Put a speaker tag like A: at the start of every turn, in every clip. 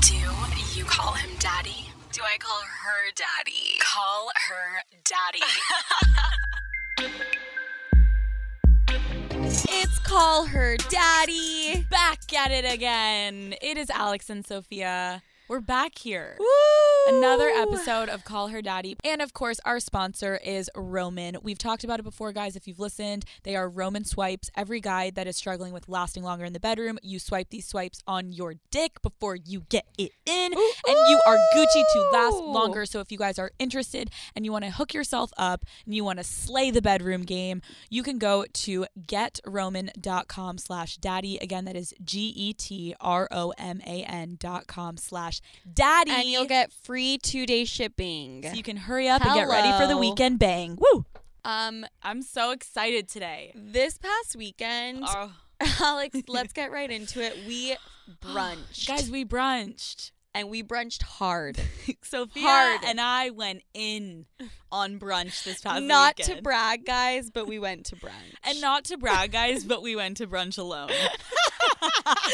A: Do you call him daddy? Do I call her daddy? Call her daddy.
B: It's Call Her Daddy. Back at it again. It is Alex and Sophia. We're back here. Another episode of Call Her Daddy. And of course, our sponsor is Roman. We've talked about it before, guys. If you've listened, they are Roman swipes. Every guy that is struggling with lasting longer in the bedroom, you swipe these swipes on your dick before you get it in. and you are Gucci to last longer. So if you guys are interested and you want to hook yourself up and you want to slay the bedroom game, you can go to getroman.com slash daddy. Again, that is G E T R O M A N dot com slash daddy.
C: And you'll get free two day shipping.
B: So you can hurry up and get ready for the
C: Hello.
B: weekend bang. Woo!
C: Um,
B: I'm so excited today. Oh,
C: this past weekend, Alex, let's get right into it. We brunched,
B: Guys, we brunched.
C: and we brunched hard.
B: Sophia
C: Hard.
B: and I went in on brunch this past
C: Not
B: weekend.
C: to brag, guys, but we went to brunch.
B: And not to brag, guys, but we went to brunch alone. like,
C: literally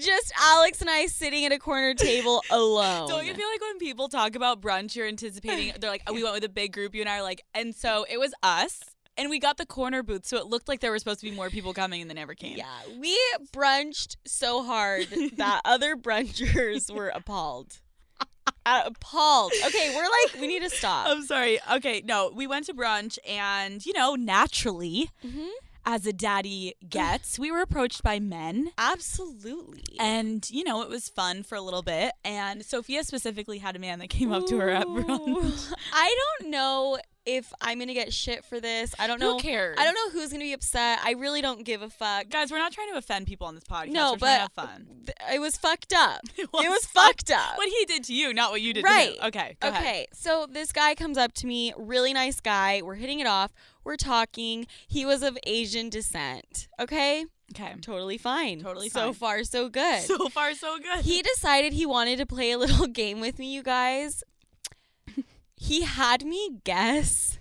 C: just Alex and I sitting at a corner table alone.
B: don't you feel like when people talk about brunch, you're anticipating, they're like, oh, we went with a big group, you and I are like, and so it was us, and we got the corner booth, so it looked like there were supposed to be more people coming, and they never came.
C: yeah, we brunched so hard that other brunchers were appalled. Uh, appalled. Okay, we're like, we need to stop.
B: I'm sorry. Okay, no, we went to brunch, and, you know, naturally,
C: Mhm.
B: as a daddy gets, we were approached by men.
C: Absolutely.
B: And you know, it was fun for a little bit. And Sophia specifically had a man that came up to her at brunch.
C: Ooh. I don't know if I'm gonna get shit for this. I don't know.
B: Who cares?
C: I don't know who's gonna be upset. I really don't give a fuck.
B: Guys, we're not trying to offend people on this podcast.
C: No,
B: we're trying to have
C: but-
B: fun.
C: Th- It was fucked up.
B: It
C: It was fucked up.
B: What he did to you, not what you did
C: Right.
B: to him. Okay. Go Ahead.
C: Okay, so this guy comes up to me, really nice guy. We're hitting it off. We're talking. He was of Asian descent. Okay,
B: Okay.
C: totally fine.
B: Mm. Totally
C: So
B: fine.
C: far, so good.
B: So far, so good.
C: he decided he wanted to play a little game with me, you guys. He had me guess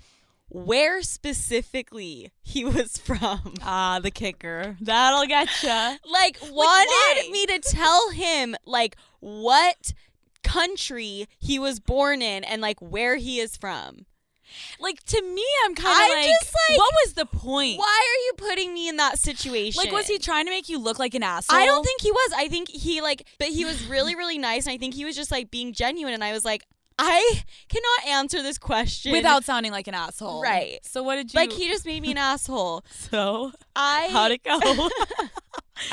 C: where specifically he was from.
B: Ah, the kicker. That'll get you.
C: Like,
B: why?
C: wanted me to tell him, like, what country he was born in and, like, where he is from.
B: Like to me, I'm kind
C: I'm
B: of like,
C: just like,
B: what was the point?
C: Why are you putting me in that situation?
B: Like, was he trying to make you look like an asshole?
C: I don't think he was. I think he like, but he was really, really nice, and I think he was just like being genuine. And I was like, I cannot answer this question
B: without sounding like an asshole.
C: Right.
B: So what did you?
C: Like he just made me an asshole.
B: So
C: I
B: how'd it go?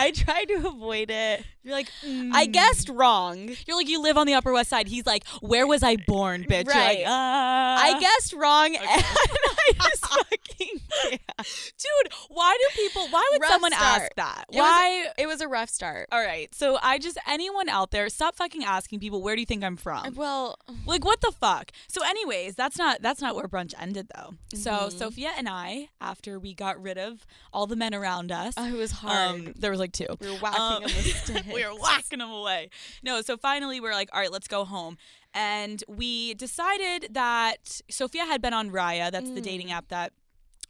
C: I tried to avoid it.
B: You're like,
C: I
B: mm.
C: guessed wrong.
B: You're like, you live on the Upper West Side. He's like, where was I born, bitch? You're like,
C: Right.
B: "Ah."
C: I guessed wrong, and I just fucking. can't.
B: dude, why do people, why would
C: Rough
B: someone ask
C: start.
B: that?
C: It was-
B: why?
C: It was a rough start.
B: all right, so I just anyone out there, stop fucking asking people where do you think I'm from?
C: Uh, Well,
B: Like what the fuck? So, anyways, that's not that's not where brunch ended though. So Sophia and I, after we got rid of all the men around us, um,
C: it was hard.
B: there was like two.
C: um, we were whacking
B: Um,
C: him with sticks.
B: we were whacking them away. No, so finally we're like, all right, let's go home. And we decided that Sophia had been on Raya, that's the
C: Mm.
B: dating app that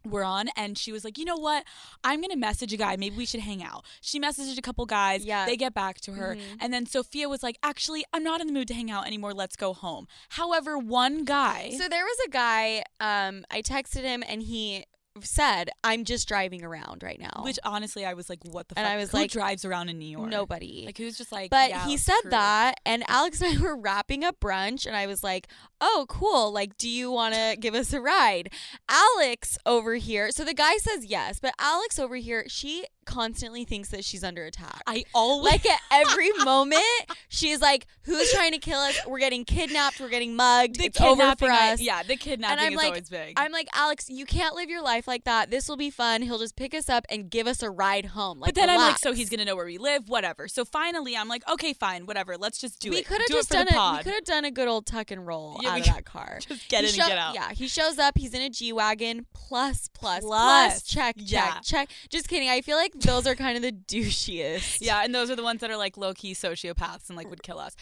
B: we're on, and she was like, you know what? I'm gonna message a guy. Maybe we should hang out. She messaged a couple guys.
C: Yeah. Mm-hmm.
B: They get back to her. And then Sophia was like, actually, I'm not in the mood to hang out anymore. Let's go home. However, one guy
C: So there was a guy. Um, I texted him, and he said, "I'm just driving around right now."
B: which honestly I was like, what the
C: And
B: fuck?
C: I was
B: Who
C: like,
B: drives around in New York?
C: nobody.
B: Like who's just like
C: but
B: yeah,
C: he
B: let's
C: said
B: cruise.
C: that, and Alex and I were wrapping up brunch, and I was like, "Oh, cool! Like, do you want to give us a ride?" Alex over here. So the guy says yes, but Alex over here, she constantly thinks that she's under attack.
B: I always
C: like at every moment, she's like, "Who's trying to kill us? We're getting kidnapped. We're getting mugged.
B: the
C: it's over
B: kidnapping
C: for
B: I-
C: us."
B: yeah, the kidnapping
C: I'm
B: is
C: like,
B: always big.
C: I'm like, Alex, you can't live your life like that. This will be fun. He'll just pick us up and give us a ride home. Like,
B: but then I'm like,
C: relax.
B: so he's gonna know where we live, whatever. So finally, I'm like, okay, fine, whatever. Let's just do
C: we
B: it.
C: could have
B: Do
C: just
B: it for
C: done
B: the
C: a we
B: pod.
C: could have done a good old tuck and roll
B: Yeah,
C: out
B: we
C: of that car.
B: just get
C: He
B: in
C: show-
B: and get out.
C: Yeah, he shows up. He's in a G wagon. Plus, plus, plus,
B: Plus.
C: Check,
B: Yeah.
C: check, check. Just kidding. I feel like those are kind of the douchiest.
B: Yeah, and those are the ones that are like low key sociopaths and like would kill us.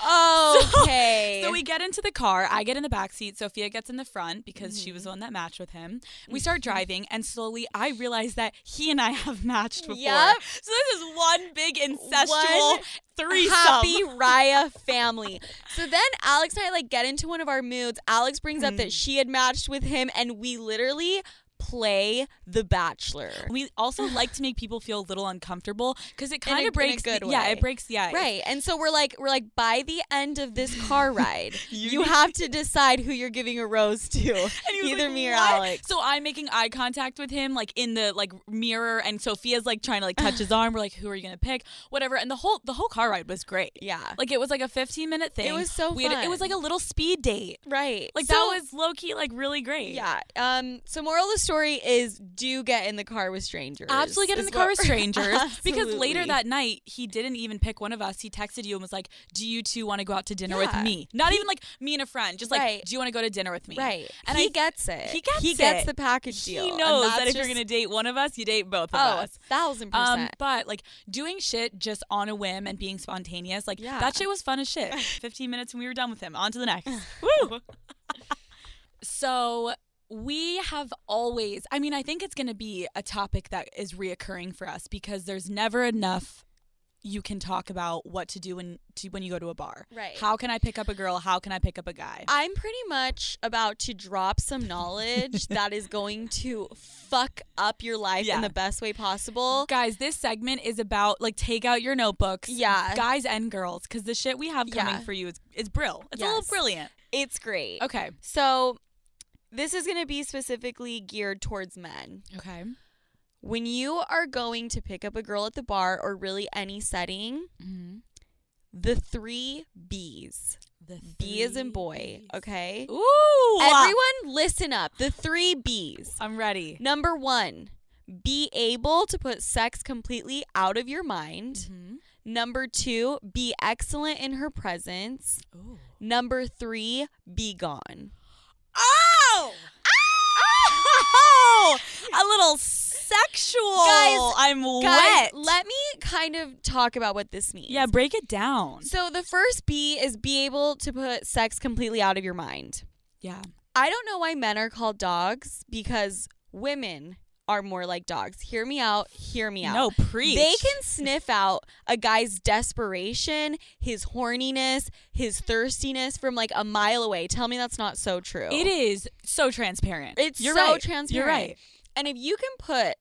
C: Okay.
B: So we get
C: Mm-hmm.
B: into the car. I get in the back seat. Sophia gets in the front because she was the one that matched with him. We start driving, and slowly I realized that he and I have matched before.
C: Yep.
B: So this is one big incestual
C: One
B: threesome.
C: Happy Raya family. So then Alex and I like get into one of our moods. Alex brings up
B: Hmm.
C: that she had matched with him, and we literally play The Bachelor.
B: We also like to make people feel a little uncomfortable because it
C: In a-
B: kind
C: in a
B: of breaks.
C: good
B: the, Yeah,
C: way.
B: it breaks the ice.
C: Right. And so we're like, we're like, by the end of this car ride,
B: You
C: you,
B: need-
C: have to decide who you're giving a rose to.
B: And he was
C: Either
B: like,
C: me or
B: "What?"
C: Alex.
B: So I'm making eye contact with him, like in the like mirror, and Sophia's like trying to like touch his arm. We're like, "Who are you gonna pick?" Whatever. And the whole the whole car ride was great.
C: Yeah.
B: Like it was like a 15 minute thing.
C: was so
B: we Had, it was
C: fun.
B: like a little speed date.
C: Right.
B: Like
C: So-
B: that was low key like really great.
C: Yeah. Um. So moral of the story is do get in the car with strangers.
B: Absolutely get in
C: is
B: the car
C: what-
B: with strangers because later
C: Absolutely.
B: that night he didn't even pick one of us. He texted you and was like, "Do you two want to go out to dinner
C: Yeah.
B: with me?" Not even like me and a friend, just like,
C: Right.
B: "Do you want to go to dinner with me?"
C: Right.
B: And
C: he
B: I-
C: gets it.
B: he gets
C: He gets
B: it.
C: the package
B: He
C: deal. and
B: knows that
C: that's
B: if you're
C: just-
B: gonna date one of us, you date both of
C: Oh, a
B: us.
C: thousand
B: Um,
C: percent.
B: but like doing shit just on a whim and being spontaneous, like
C: Yeah.
B: that shit was fun as shit. 15 minutes and we were done with him. On to the next. Woo! so we have always, I mean, I think it's going to be a topic that is reoccurring for us because there's never enough you can talk about what to do when to, when you go to a bar.
C: Right.
B: How can I pick up a girl? How can I pick up a guy?
C: I'm pretty much about to drop some knowledge that is going to fuck up your life
B: Yeah.
C: in the best way possible.
B: Guys, this segment is about like take out your notebooks.
C: Yeah.
B: Guys and girls, because the shit we have coming
C: Yeah.
B: for you is, is brill. It's a little
C: Yes.
B: brilliant.
C: It's great.
B: Okay.
C: So this is going to be specifically geared towards men.
B: Okay.
C: When you are going to pick up a girl at the bar or really any setting, the three B's.
B: The
C: B is in boy, okay?
B: Ooh. ah.
C: Everyone listen up. The three B's.
B: I'm ready.
C: Number one, be able to put sex completely out of your mind.
B: Mm-hmm.
C: Number two, be excellent in her presence.
B: Ooh.
C: Number three, be gone.
B: Oh! Oh! A little sexual.
C: Guys,
B: I'm
C: Guys,
B: wet.
C: let me kind of talk about what this means.
B: yeah, break it down.
C: So the first B is be able to put sex completely out of your mind.
B: Yeah.
C: I don't know why men are called dogs because women are more like dogs. Hear me out. Hear me out.
B: No, preach.
C: They can sniff out a guy's desperation, his horniness, his thirstiness from like a mile away. Tell me that's not so true.
B: It is so transparent.
C: It's
B: You're
C: so
B: right.
C: transparent.
B: You're right.
C: And if you can put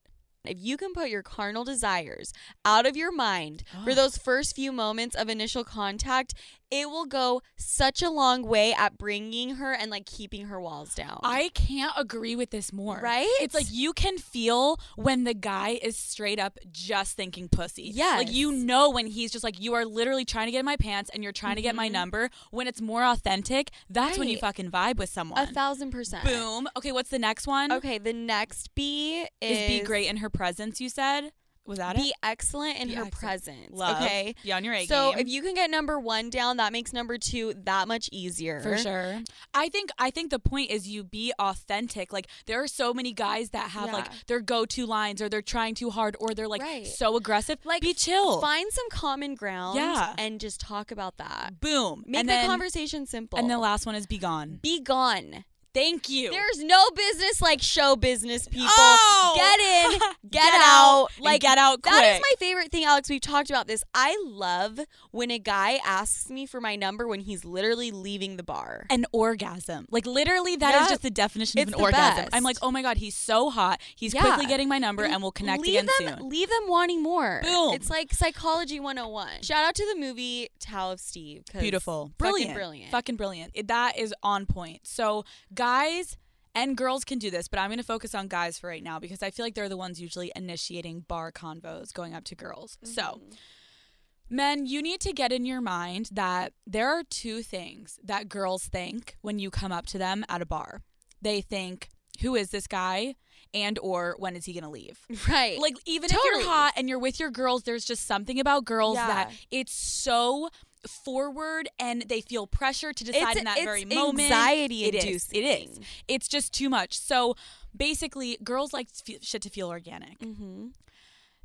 C: if you can put your carnal desires out of your mind for
B: Oh.
C: those first few moments of initial contact, it will go such a long way at bringing her and like keeping her walls down.
B: I can't agree with this more.
C: Right?
B: It's like you can feel when the guy is straight up just thinking pussy. Like
C: Yes.
B: you know when he's just like, you are literally trying to get in my pants and you're trying to get my number. When it's more authentic, that's when you
C: Mm-hmm. Right.
B: fucking vibe with someone.
C: a thousand percent.
B: Boom. Okay, what's the next one?
C: Okay, the next B
B: Is,
C: is,
B: be great in her presence, you said? Was that
C: Be
B: it?
C: excellent in
B: Be
C: her
B: excellent.
C: presence.
B: Love.
C: Okay.
B: Be on your A
C: So
B: game.
C: if you can get number one down, that makes number two that much easier.
B: For sure. I think I think the point is you be authentic. Like there are so many guys that have like
C: Yeah.
B: their go-to lines or they're trying too hard or they're like
C: Right.
B: so aggressive. Like be chill.
C: Find some common ground
B: Yeah.
C: and just talk about that.
B: Boom.
C: Make
B: and
C: the
B: then,
C: conversation simple.
B: And the last one is be gone.
C: be gone.
B: Thank you.
C: There's no business like show business people.
B: Oh!
C: Get in, get,
B: Get out
C: out.
B: and
C: Like
B: get out
C: That is
B: quick.
C: my favorite thing, Alex. We've talked about this. I love when a guy asks me for my number when he's literally leaving the bar.
B: an orgasm. Like literally that is
C: Yeah.
B: just the definition
C: It's
B: of an
C: the
B: orgasm.
C: best.
B: I'm like, "Oh my god, he's so hot. He's
C: Yeah.
B: quickly getting my number and we'll connect
C: leave
B: again
C: them,
B: soon."
C: Leave them wanting more.
B: Boom.
C: It's like psychology 101. Shout out to the movie Tao of Steve. 'cause
B: Beautiful.
C: fucking
B: Brilliant.
C: brilliant.
B: Fucking brilliant. It- that is on point. So, guys and girls can do this, but I'm going to focus on guys for right now because I feel like they're the ones usually initiating bar convos going up to girls. So,
C: Mm-hmm.
B: men, you need to get in your mind that there are two things that girls think when you come up to them at a bar. They think, "Who is this guy?" and or "When is he going to leave?"
C: Right.
B: Like even if
C: Totally.
B: you're hot and you're with your girls, there's just something about girls
C: Yeah.
B: that it's so forward and they feel pressure to decide
C: It's-
B: in that
C: it's
B: very moment.
C: anxiety
B: It is.
C: inducing.
B: It is. It's just too much. So basically, girls like f- shit to feel organic.
C: Mhm.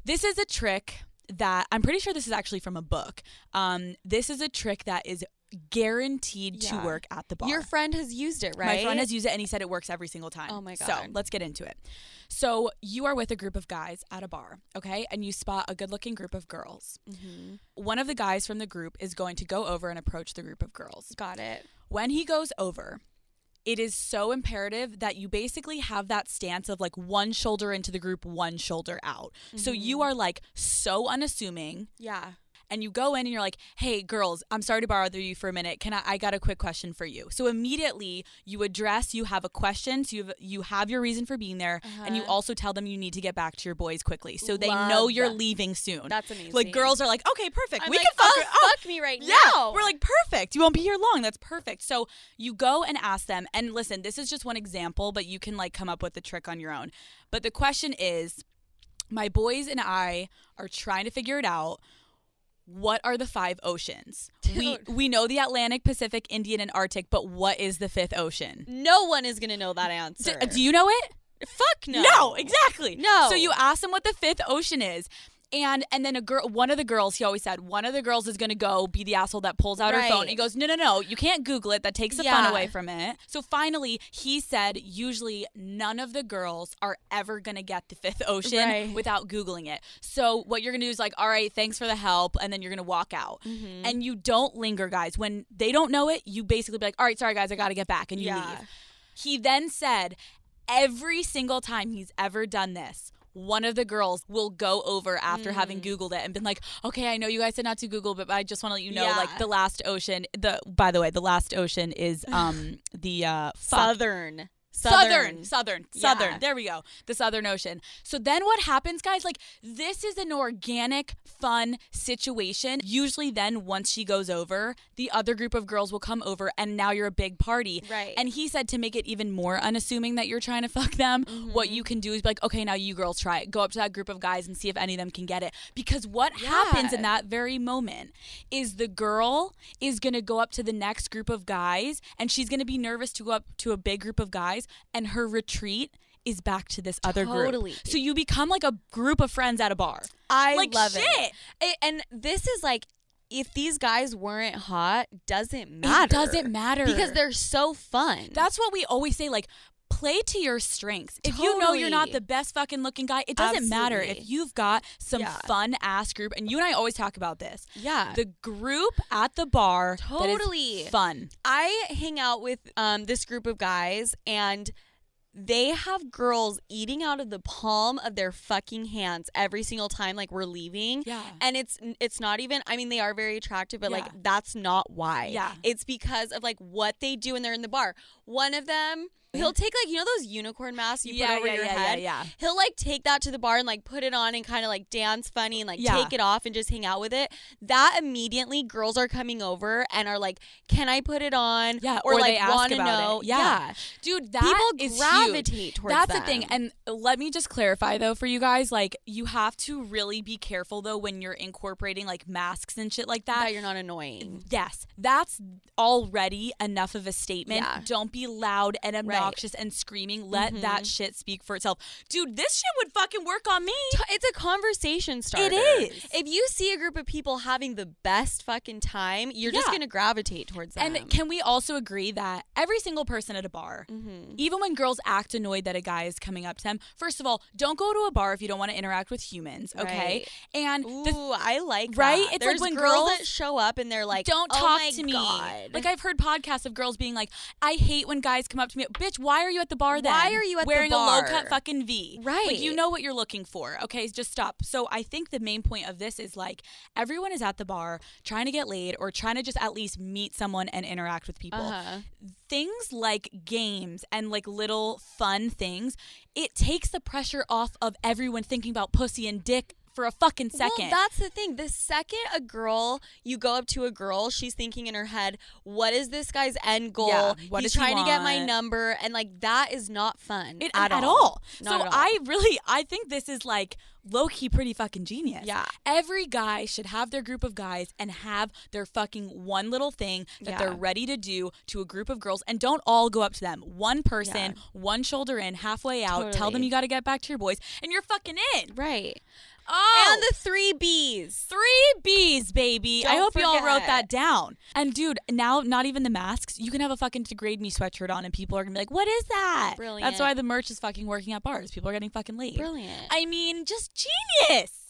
B: This is a trick that I'm pretty sure this is actually from a book. Um, this is a trick that is guaranteed
C: Yeah.
B: to work at the bar.
C: Your friend has used it, right?
B: My friend has used it and he said it works every single time.
C: Oh my
B: So
C: God.
B: let's get into it. So you are with a group of guys at a bar, okay? And you spot a good looking group of girls.
C: Mhm.
B: One of the guys from the group is going to go over and approach the group of girls.
C: Got it.
B: When he goes over, it is so imperative that you basically have that stance of like one shoulder into the group, one shoulder out. So
C: Mm-hmm.
B: you are like so unassuming
C: Yeah.
B: and you go in and you're like, "Hey girls, I'm sorry to bother you for a minute. Can I I got a quick question for you." So immediately you address, you have a question, so you have, you have your reason for being there and you
C: Uh-huh.
B: also tell them you need to get back to your boys quickly. So they
C: Love
B: know you're
C: that.
B: leaving soon.
C: That's amazing.
B: like girls are like, "Okay, perfect.
C: I'm
B: we
C: like,
B: can fuck
C: oh,
B: her- oh,
C: fuck me right
B: yeah.
C: now.
B: We're like, perfect. You won't be here long. That's perfect. So you go and ask them. And listen, this is just one example, but you can like come up with a trick on your own. But the question is my boys and I are trying to figure it out. What are the five oceans? We
C: Dude.
B: we know the Atlantic, Pacific, Indian, and Arctic, but what is the fifth ocean?
C: no one is gonna know that answer.
B: Do, do you know it?
C: fuck no.
B: exactly.
C: No.
B: So you ask them what the fifth ocean is. And and then a girl one of the girls, he always said, one of the girls is gonna go be the asshole that pulls out her phone.
C: Right.
B: He goes, No, no, no, you can't Google it. That takes the
C: Yeah.
B: fun away from it. So finally he said usually none of the girls are ever gonna get the fifth ocean
C: Right.
B: without Googling it. So what you're gonna do is like, all right, thanks for the help, and then you're gonna walk out.
C: Mm-hmm.
B: And you don't linger, guys. When they don't know it, you basically be like, All right, sorry guys, I gotta get back and you
C: Yeah.
B: leave. He then said, every single time he's ever done this, one of the girls will go over after having
C: Mm.
B: Googled it and been like, okay, I know you guys said not to Google, but I just want to let you know,
C: Yeah.
B: like, the last ocean, the, by the way, the last ocean is, um, the, uh, fuck.
C: Southern.
B: Southern, southern,
C: Yeah.
B: southern. There we go. The Southern Ocean. So then what happens, guys? Like, this is an organic, fun situation. Usually, then once she goes over, the other group of girls will come over, and now you're a big party.
C: Right.
B: And he said to make it even more unassuming that you're trying to fuck them, what
C: Mm-hmm.
B: you can do is be like, okay, now you girls try it. Go up to that group of guys and see if any of them can get it. Because what happens in
C: Yeah.
B: that very moment is the girl is going to go up to the next group of guys and she's going to be nervous to go up to a big group of guys and her retreat is back to this other
C: Totally.
B: group. So you become like a group of friends at a bar.
C: I
B: like
C: love
B: shit.
C: it. A- And this is like, if these guys weren't hot, doesn't matter.
B: It doesn't matter.
C: because they're so fun.
B: That's what we always say. Like, play to your strengths. If you know you're not
C: Totally.
B: the best fucking looking guy, it doesn't matter.
C: Absolutely.
B: If you've got some
C: Yeah.
B: fun ass group, and you and I always talk about this.
C: yeah.
B: The group at the bar that is
C: Totally.
B: fun.
C: I hang out with um, this group of guys, and they have girls eating out of the palm of their fucking hands every single time, like we're leaving.
B: Yeah.
C: And it's it's not even. I mean, they are very attractive, but
B: Yeah.
C: like that's not why.
B: Yeah.
C: It's because of like what they do when they're in the bar. One of them, he'll take like you know those unicorn masks you
B: Yeah,
C: put over
B: yeah,
C: your
B: yeah, yeah,
C: head.
B: yeah.
C: He'll like take that to the bar and like put it on and kind of like dance funny and like
B: Yeah.
C: take it off and just hang out with it. That immediately girls are coming over and are like, "Can I put it on?"
B: Yeah,
C: or,
B: or
C: like
B: they ask
C: wanna
B: about it.
C: know.
B: Yeah. Dude, that
C: people
B: is
C: gravitate
B: huge.
C: towards
B: That's
C: them.
B: the thing. And let me just clarify though for you guys, like you have to really be careful though when you're incorporating like masks and shit like that. Mm-hmm.
C: that you're not annoying.
B: Yes, that's already enough of a statement.
C: Yeah.
B: Don't be loud and obnoxious and screaming. Let that shit speak for itself. Dude, this shit would fucking work on me.
C: T- It's a conversation starter.
B: is.
C: If you see a group of people having the best fucking time, you're just
B: Yeah.
C: gonna gravitate towards them.
B: And can we also agree that every single person at a bar,
C: Mm-hmm.
B: even when girls act annoyed that a guy is coming up to them, first of all, don't go to a bar if you don't want to interact with humans, okay?
C: Right.
B: And
C: Ooh,
B: the
C: I like
B: Right?
C: that.
B: It's like
C: There's
B: when
C: girls, that
B: girls
C: show up and they're like,
B: don't
C: "Oh
B: talk
C: my
B: to me.
C: God.
B: Like I've heard podcasts of girls being like, I hate when guys come up to me. Bitch, why are you at the bar then?
C: Why are you at the
B: wearing a
C: bar?
B: low cut fucking V?
C: Right.
B: Like you know what you're looking for. Okay, just stop. So I think the main point of this is like everyone is at the bar trying to get laid or trying to just at least meet someone and interact with people.
C: Uh-huh.
B: Things like games and like little fun things, it takes the pressure off of everyone thinking about pussy and dick for a fucking second.
C: Well, that's the thing. The second a girl, you go up to a girl, she's thinking in her head, what is this guy's end goal?
B: Yeah, what
C: He's
B: does he
C: trying to get my
B: want?"
C: number. And like, that is not fun
B: It,
C: at, all.
B: so
C: Not at all.
B: I really, I think this is like low key pretty fucking genius.
C: Yeah.
B: Every guy should have their group of guys and have their fucking one little thing that they're
C: Yeah.
B: ready to do to a group of girls and don't all go up to them. One person, one shoulder in, halfway out, tell them
C: Totally.
B: you got to get back to your boys and you're fucking in.
C: Right.
B: Oh,
C: and the three B's.
B: Three B's, baby. I
C: Don't
B: hope you all wrote
C: forget.
B: that down. And dude, now not even the masks. You can have a fucking degrade me sweatshirt on, and people are gonna be like, "What is that?"
C: Brilliant.
B: That's why the merch is fucking working at bars. People are getting fucking late.
C: Brilliant.
B: I mean, just genius.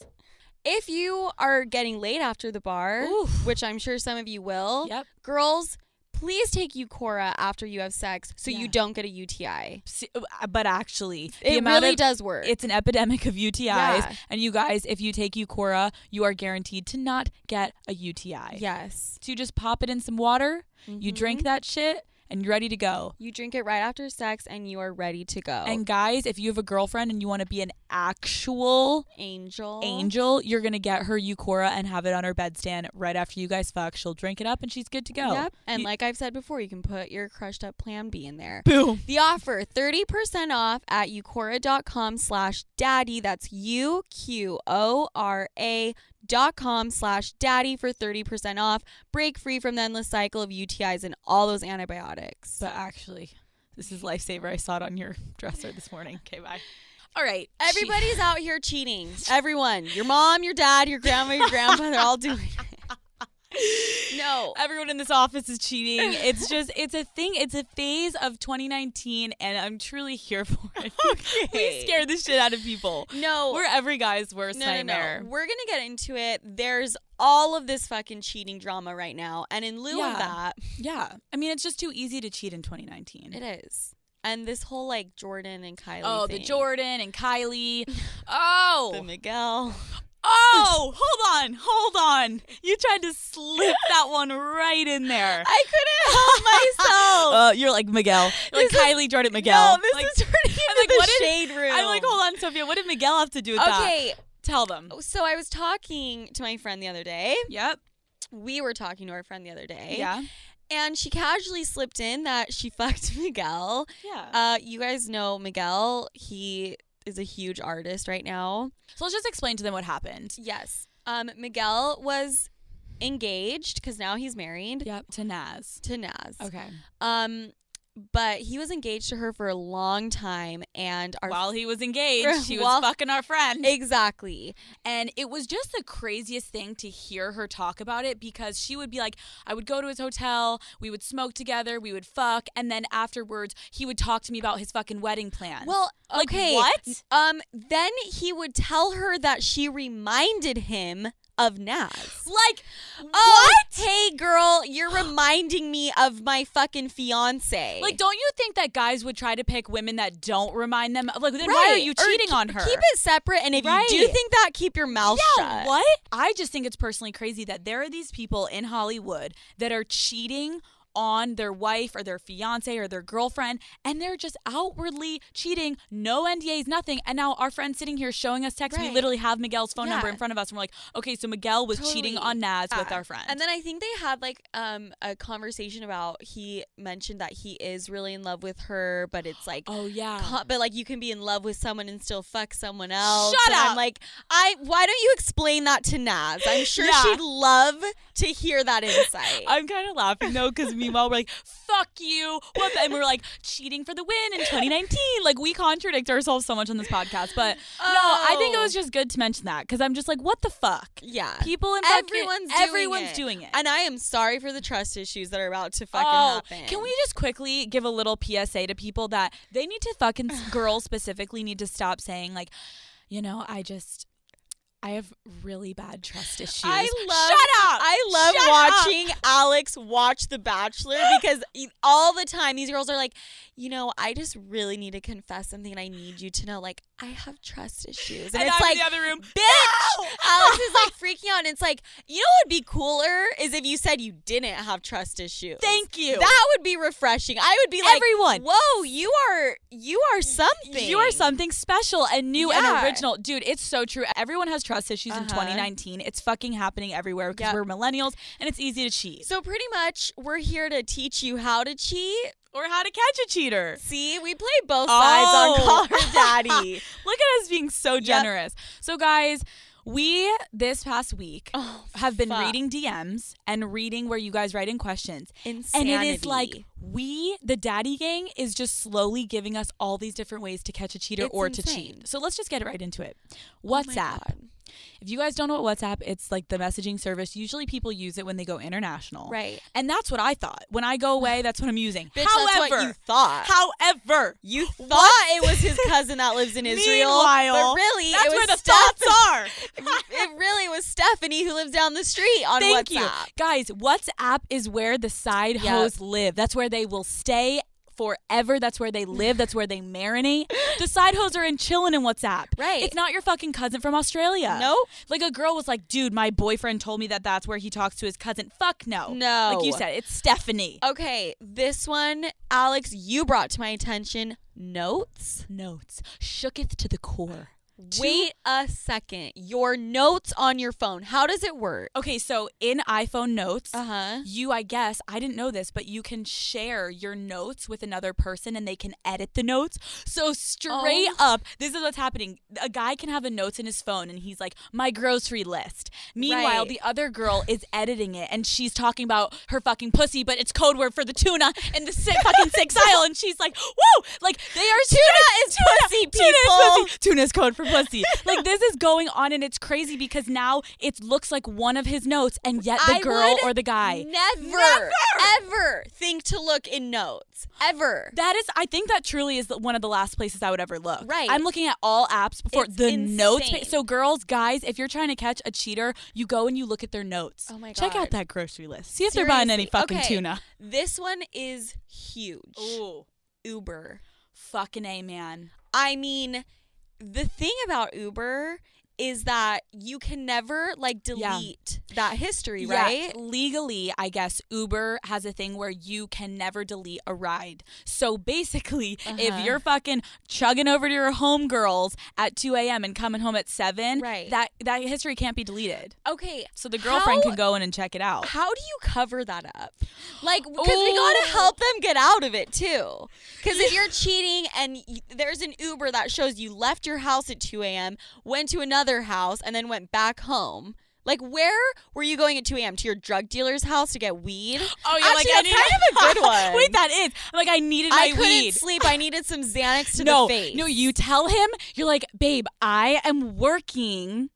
C: if you are getting late after the bar,
B: Oof.
C: which I'm sure some of you will,
B: Yep.
C: girls, please take Eucora after you have sex so
B: Yeah.
C: you don't get a UTI.
B: See- uh, But actually, the
C: It
B: amount
C: really
B: of
C: does work.
B: it's an epidemic of UTIs,
C: Yeah.
B: and you guys, if you take Eucora, you are guaranteed to not get a UTI.
C: yes.
B: So you just pop it in some water, you
C: Mm-hmm.
B: drink that shit, and you're ready to go.
C: You drink it right after sex and you are ready to go.
B: And guys, if you have a girlfriend and you want to be an actual
C: Angel.
B: angel, you're gonna get her Eucora and have it on her bedstand right after you guys fuck. She'll drink it up and she's good to go.
C: Yep. And
B: You-
C: like I've said before, you can put your crushed up plan B in there.
B: boom.
C: The offer 30% off at eucora.com slash daddy. That's U Q O R A dot com slash daddy for 30% off. Break free from the endless cycle of UTIs and all those antibiotics.
B: But actually, this is lifesaver. I saw it on your dresser this morning. Okay, bye. All right,
C: Everybody's out here cheating. Everyone. Your mom, your dad, your grandma, your grandpa, they're all doing it. No.
B: Everyone in this office is cheating. It's just, it's a thing. It's a phase of 2019, and I'm truly here for it.
C: Okay.
B: We scared the shit out of people.
C: No.
B: We're every guy's worst
C: no, no,
B: nightmare.
C: no. We're going to get into it. There's all of this fucking cheating drama right now. And in lieu
B: Yeah.
C: of that,
B: Yeah. I mean, it's just too easy to cheat in 2019.
C: It is. And this whole like Jordan and Kylie.
B: Oh, the
C: thing.
B: Jordan and Kylie.
C: the
B: Oh,
C: Miguel.
B: oh, hold on, hold on. You tried to slip that one right in there.
C: I couldn't help myself.
B: Uh, you're like Miguel. You're like
C: This is-
B: Kylie Jordan Miguel.
C: No, this
B: Like,
C: is turning into
B: like,
C: the
B: what is-
C: shade room.
B: I'm like, hold on, Sophia. What did Miguel have to do with that?
C: Okay,
B: Tell them.
C: so I was talking to my friend the other day.
B: Yep.
C: We were talking to our friend the other day.
B: Yeah.
C: And she casually slipped in that she fucked Miguel.
B: Yeah.
C: Uh, you guys know Miguel. He is a huge artist right now.
B: so let's just explain to them what happened.
C: Yes. Um, Miguel was engaged because now he's married
B: Yep. To Naz.
C: to Naz.
B: Okay.
C: Um, but he was engaged to her for a long time, and our
B: While he was engaged, he was
C: While-
B: fucking our friend.
C: exactly
B: And it was just the craziest thing to hear her talk about it because she would be like, I would go to his hotel, we would smoke together, we would fuck, and then afterwards he would talk to me about his fucking wedding plans.
C: well,
B: Like,
C: okay,
B: what?
C: Um, then he would tell her that she reminded him of Naz.
B: like,
C: Oh,
B: what?
C: Hey, girl, you're reminding me of my fucking fiance.
B: Like, don't you think that guys would try to pick women that don't remind them? Of, like, then why are you
C: Or
B: cheating
C: keep-
B: on her?
C: Keep it separate, and if
B: Right.
C: you do think that, keep your mouth
B: Yeah,
C: shut.
B: what? I just think it's personally crazy that there are these people in Hollywood that are cheating on their wife or their fiance or their girlfriend and they're just outwardly cheating, no NDAs, nothing. And now our friend sitting here showing us text, we
C: Right.
B: literally have Miguel's phone number
C: Yeah.
B: in front of us and we're like, okay, so Miguel was cheating
C: Totally.
B: on Naz with
C: Yeah.
B: our friend.
C: Ah, And then I think they had like um a conversation about he mentioned that he is really in love with her, but it's like
B: oh yeah.
C: co- but like you can be in love with someone and still fuck someone else. And
B: Shut up.
C: I'm like, I why don't you explain that to Naz? I'm sure
B: Yeah.
C: she'd love to hear that insight.
B: I'm kind of laughing though, because meanwhile we're like, "Fuck you!" What? the- And we're like, "Cheating for the win" in 2019. Like we contradict ourselves so much on this podcast, but no, I think it
C: Oh.
B: was just good to mention that because I'm just like, "What the fuck?"
C: yeah.
B: People in fucking-
C: everyone's doing
B: everyone's
C: it.
B: doing it.
C: And I am sorry for the trust issues that are about to fucking
B: Oh,
C: happen.
B: can we just quickly give a little PSA to people that they need to fucking girls specifically need to stop saying like, you know, I just. I have really bad trust issues.
C: I love
B: Shut up!
C: I love
B: Shut up!
C: watching Alex watch The Bachelor because e- all the time these girls are like, you know, I just really need to confess something and I need you to know like I have trust issues. And,
B: And
C: it's
B: I'm
C: like
B: in the other room.
C: bitch Alex is like freaking out and it's like, you know what would be cooler is if you said you didn't have trust issues.
B: Thank you.
C: That would be refreshing. I would be like
B: Everyone.
C: Whoa, you are you are something.
B: You are something special and new
C: Yeah.
B: and original. Dude, it's so true. Everyone has trust issues in
C: Uh-huh.
B: 2019. It's fucking happening everywhere because
C: Yep.
B: we're millennials and it's easy to cheat.
C: So pretty much we're here to teach you how to cheat.
B: Or how to catch a cheater.
C: See, we play both sides on
B: Oh.
C: Call Her Daddy.
B: Look at us being so generous. So, guys, we this past week
C: oh,
B: have been
C: fuck.
B: reading DMs and reading where you guys write in questions.
C: insanity.
B: And it is like we, the daddy gang, is just slowly giving us all these different ways to catch a cheater
C: It's
B: or to
C: insane.
B: cheat. So let's just get right into it.
C: Oh my
B: WhatsApp.
C: God.
B: If you guys don't know what WhatsApp, it's like the messaging service. Usually people use it when they go international.
C: Right.
B: And that's what I thought. When I go away, that's what I'm using.
C: Bitch, that's
B: however,
C: what you thought.
B: however,
C: you thought
B: What?
C: it was his cousin that lives in Israel, but
B: Meanwhile,
C: really
B: that's
C: it was
B: where the
C: Steph-
B: thoughts are.
C: it really was Stephanie who lives down the street on
B: Thank you.
C: WhatsApp.
B: Guys, WhatsApp is where the side
C: Yep.
B: hoes live. That's where they will stay forever. That's where they live. That's where they marinate. The side hoes are in chilling in WhatsApp.
C: Right.
B: It's not your fucking cousin from Australia.
C: Nope.
B: Like a girl was like, dude, my boyfriend told me that that's where he talks to his cousin. Fuck no.
C: No. Oh.
B: Like you said, it's Stephanie.
C: Okay, this one, Alex, you brought to my attention notes.
B: Notes. Shooketh to the core.
C: Wait a second. Your notes on your phone. How does it work?
B: Okay, so in iPhone Notes,
C: huh.
B: you i guess i didn't know this but you can share your notes with another person and they can edit the notes so straight
C: Oh.
B: up this is what's happening a guy can have a notes in his phone and he's like my grocery list meanwhile
C: Right.
B: the other girl is editing it and she's talking about her fucking pussy but it's code word for the tuna and the si- fucking six aisle and she's like woo like they are tuna is pussy
C: people.
B: pussy. Tuna's code for pussy. like this is going on and it's crazy because now it looks like one of his notes and yet the
C: I
B: girl
C: would
B: or the guy.
C: Never, ever think to look in notes. Ever.
B: That is, I think that truly is the- one of the last places I would ever look.
C: Right.
B: I'm looking at all apps before
C: It's
B: the notes.
C: insane.
B: pa- So, girls, guys, if you're trying to catch a cheater, you go and you look at their notes.
C: Oh my
B: Check
C: God.
B: out that grocery list. See if they're buying any
C: Seriously.
B: fucking
C: Okay,
B: tuna.
C: This one is huge.
B: Ooh.
C: Uber.
B: Fucking A, man.
C: I mean, the thing about Uber is that you can never like
B: Yeah.
C: delete that history,
B: Yeah,
C: right?
B: legally, I guess Uber has a thing where you can never delete a ride. So basically,
C: Uh-huh.
B: if you're fucking chugging over to your homegirls at 2 a.m. and coming home at 7,
C: Right.
B: that, that history can't be deleted.
C: Okay.
B: So the girlfriend
C: How-
B: can go in and check it out.
C: How do you cover that up? Like, because we gotta
B: Ooh.
C: help them get out of it too. Because if you're cheating and y- there's an Uber that shows you left your house at 2 a.m., went to another house, and then went back home, like, where were you going at 2 a.m? To your drug dealer's house to get weed?
B: Oh,
C: you're like, I need-
B: Wait, that is. I'm like, I needed my
C: I couldn't
B: weed.
C: sleep. I needed some Xanax to
B: no,
C: the face.
B: no, you tell him. You're like, babe, I am working.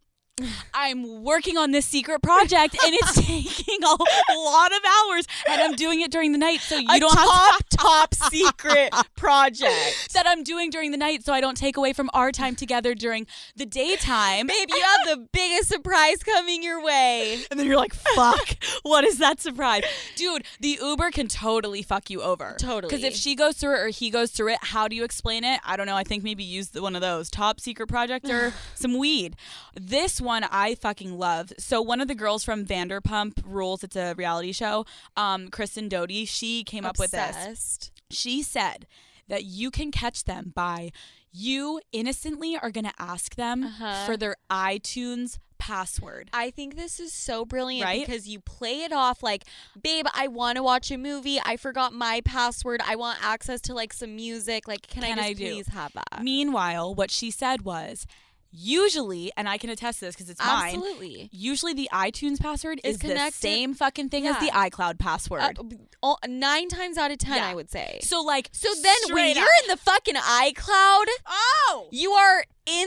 B: I'm working on this secret project, and it's taking a lot of hours, and I'm doing it during the night, so you
C: a
B: don't have
C: top top secret project.
B: that I'm doing during the night, so I don't take away from our time together during the daytime.
C: Babe, you have the biggest surprise coming your way.
B: And then you're like, fuck, what is that surprise? Dude, the Uber can totally fuck you over.
C: Totally.
B: Because if she goes through it or he goes through it, how do you explain it? I don't know. I think maybe use the, one of those top secret project or some weed. This one I fucking love. So one of the girls from Vanderpump Rules, it's a reality show, um, Kristen Doty, she came up with this.
C: Obsessed.
B: She said that you can catch them by you innocently are going to ask them
C: Uh-huh.
B: for their iTunes password.
C: I think this is so brilliant
B: Right?
C: because you play it off like, babe, I want to watch a movie. I forgot my password. I want access to like some music. Like, can,
B: Can
C: I
B: I
C: just
B: do?
C: please have that?
B: Meanwhile, what she said was, usually, and I can attest to this because it's mine.
C: Absolutely.
B: Usually, the iTunes password
C: Is
B: is, the
C: connected-
B: same fucking thing as
C: Yeah.
B: the iCloud password.
C: Uh, b- all- nine times out of ten,
B: Yeah.
C: I would say.
B: so, like,
C: So then, when
B: straight
C: you're
B: up-
C: in the fucking iCloud,
B: oh,
C: You are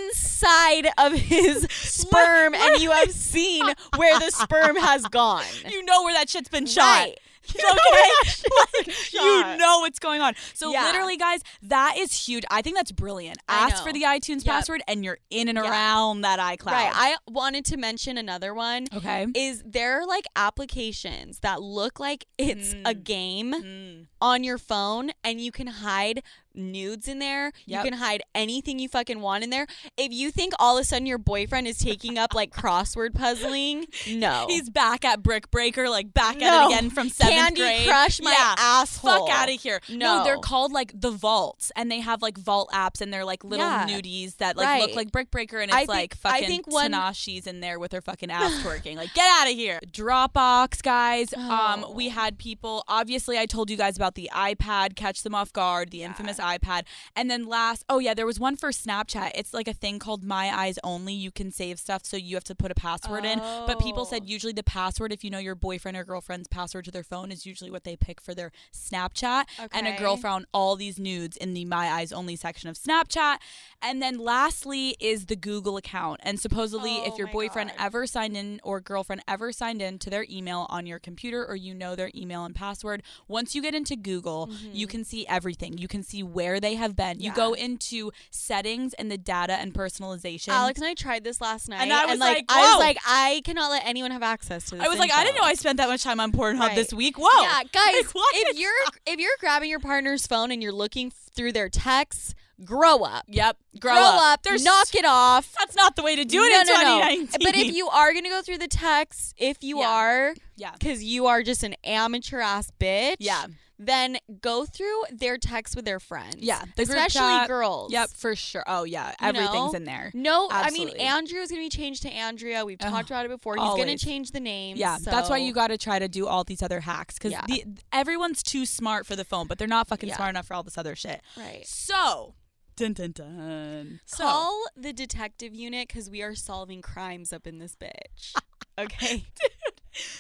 C: inside of his sperm and you have seen where the sperm has gone.
B: you know where that shit's been shot.
C: Right.
B: okay, like,
C: shot.
B: you know what's going on. So
C: Yeah.
B: literally, guys, that is huge. I think that's brilliant.
C: I
B: Ask for
C: know.
B: the iTunes
C: Yep.
B: password, and you're in and
C: Yeah.
B: around that iCloud.
C: Right. I wanted to mention another one.
B: okay.
C: Is there like applications that look like it's a
B: Mm.
C: game
B: Mm.
C: on your phone and you can hide nudes in there?
B: Yep.
C: You can hide anything you fucking want in there. If you think all of a sudden your boyfriend is taking up like crossword puzzling, no.
B: He's back at Brick Breaker, like back
C: No.
B: at it again from seventh
C: Candy
B: grade.
C: Crush my
B: Yeah.
C: asshole.
B: Fuck out of here. No.
C: No.
B: they're called like the vaults and they have like vault apps and they're like little
C: Yeah.
B: nudies that like
C: Right.
B: look like Brick Breaker and it's
C: I think-
B: like
C: I
B: fucking
C: think one-
B: Tanashi's in there with her fucking ass twerking. Like, get out of here. Dropbox, guys. Um,
C: Oh.
B: we had people obviously I told you guys about the iPad, catch them off guard, the infamous iPad. And then last, oh yeah, there was one for Snapchat. It's like a thing called My Eyes Only. You can save stuff, so you have to put a password in. But people
C: Oh.
B: said usually the password, if you know your boyfriend or girlfriend's password to their phone, is usually what they pick for their Snapchat. And a
C: Okay.
B: girl found all these nudes in the My Eyes Only section of Snapchat. And then lastly is the Google account. And supposedly,
C: Oh
B: if your
C: my
B: boyfriend
C: God.
B: ever signed in or girlfriend ever signed in to their email on your computer or you know their email and password, once you get into Google, you
C: Mm-hmm.
B: can see everything. You can see where they have been. You go into settings and the data and personalization.
C: Alex and I tried this last night,
B: I was like,
C: I
B: whoa.
C: was like, I cannot let anyone have access to this.
B: I was like, I didn't know I
C: info."
B: spent that much time on Pornhub
C: Right.
B: this week. Whoa.
C: Yeah, guys,
B: Like, what
C: if
B: is
C: you're if you're grabbing your partner's phone and you're looking f- through their texts, grow up,
B: Yep. Grow,
C: grow, up,
B: There's
C: knock it off.
B: That's not the way to do it
C: no,
B: in
C: no, no.
B: 2019.
C: But if you are gonna go through the texts, if you
B: Yeah.
C: are,
B: Yeah.
C: because you are just an amateur ass bitch,
B: Yeah.
C: then go through their texts with their friends,
B: Yeah, the group
C: especially
B: chat.
C: girls.
B: Yep, for sure. Oh yeah, everything's
C: know?
B: in there.
C: No, I
B: Absolutely.
C: mean Andrew is gonna be changed to Andrea. We've
B: Ugh,
C: talked about it before. He's gonna
B: always.
C: change the name.
B: Yeah, that's why you
C: so-
B: got to try to do all these other hacks because
C: Yeah.
B: everyone's too smart for the phone, but they're not fucking
C: Yeah.
B: smart enough for all this other shit.
C: right.
B: So, dun dun dun. So,
C: Call the detective unit because we are solving crimes up in this bitch. Okay.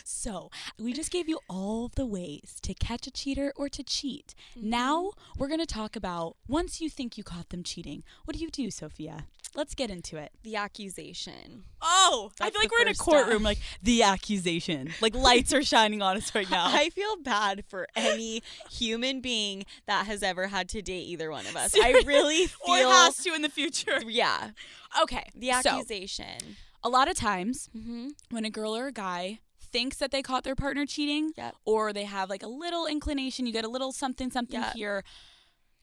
B: so we just gave you all the ways to catch a cheater or to cheat. Now
C: Mm-hmm.
B: we're gonna talk about once you think you caught them cheating, what do you do, Sophia? Let's get into it.
C: the accusation.
B: Oh, I
C: That's
B: feel like
C: the
B: we're in a
C: first
B: courtroom.
C: step.
B: Like the accusation, like lights are shining on us right now.
C: I feel bad for any human being that has ever had to date either one of us. I
B: Seriously.
C: really
B: or
C: feel.
B: has to in the future.
C: yeah.
B: Okay,
C: The accusation.
B: a lot of times
C: mm-hmm.
B: when a girl or a guy thinks that they caught their partner cheating
C: Yep.
B: or they have like a little inclination, you get a little something something
C: Yep.
B: here,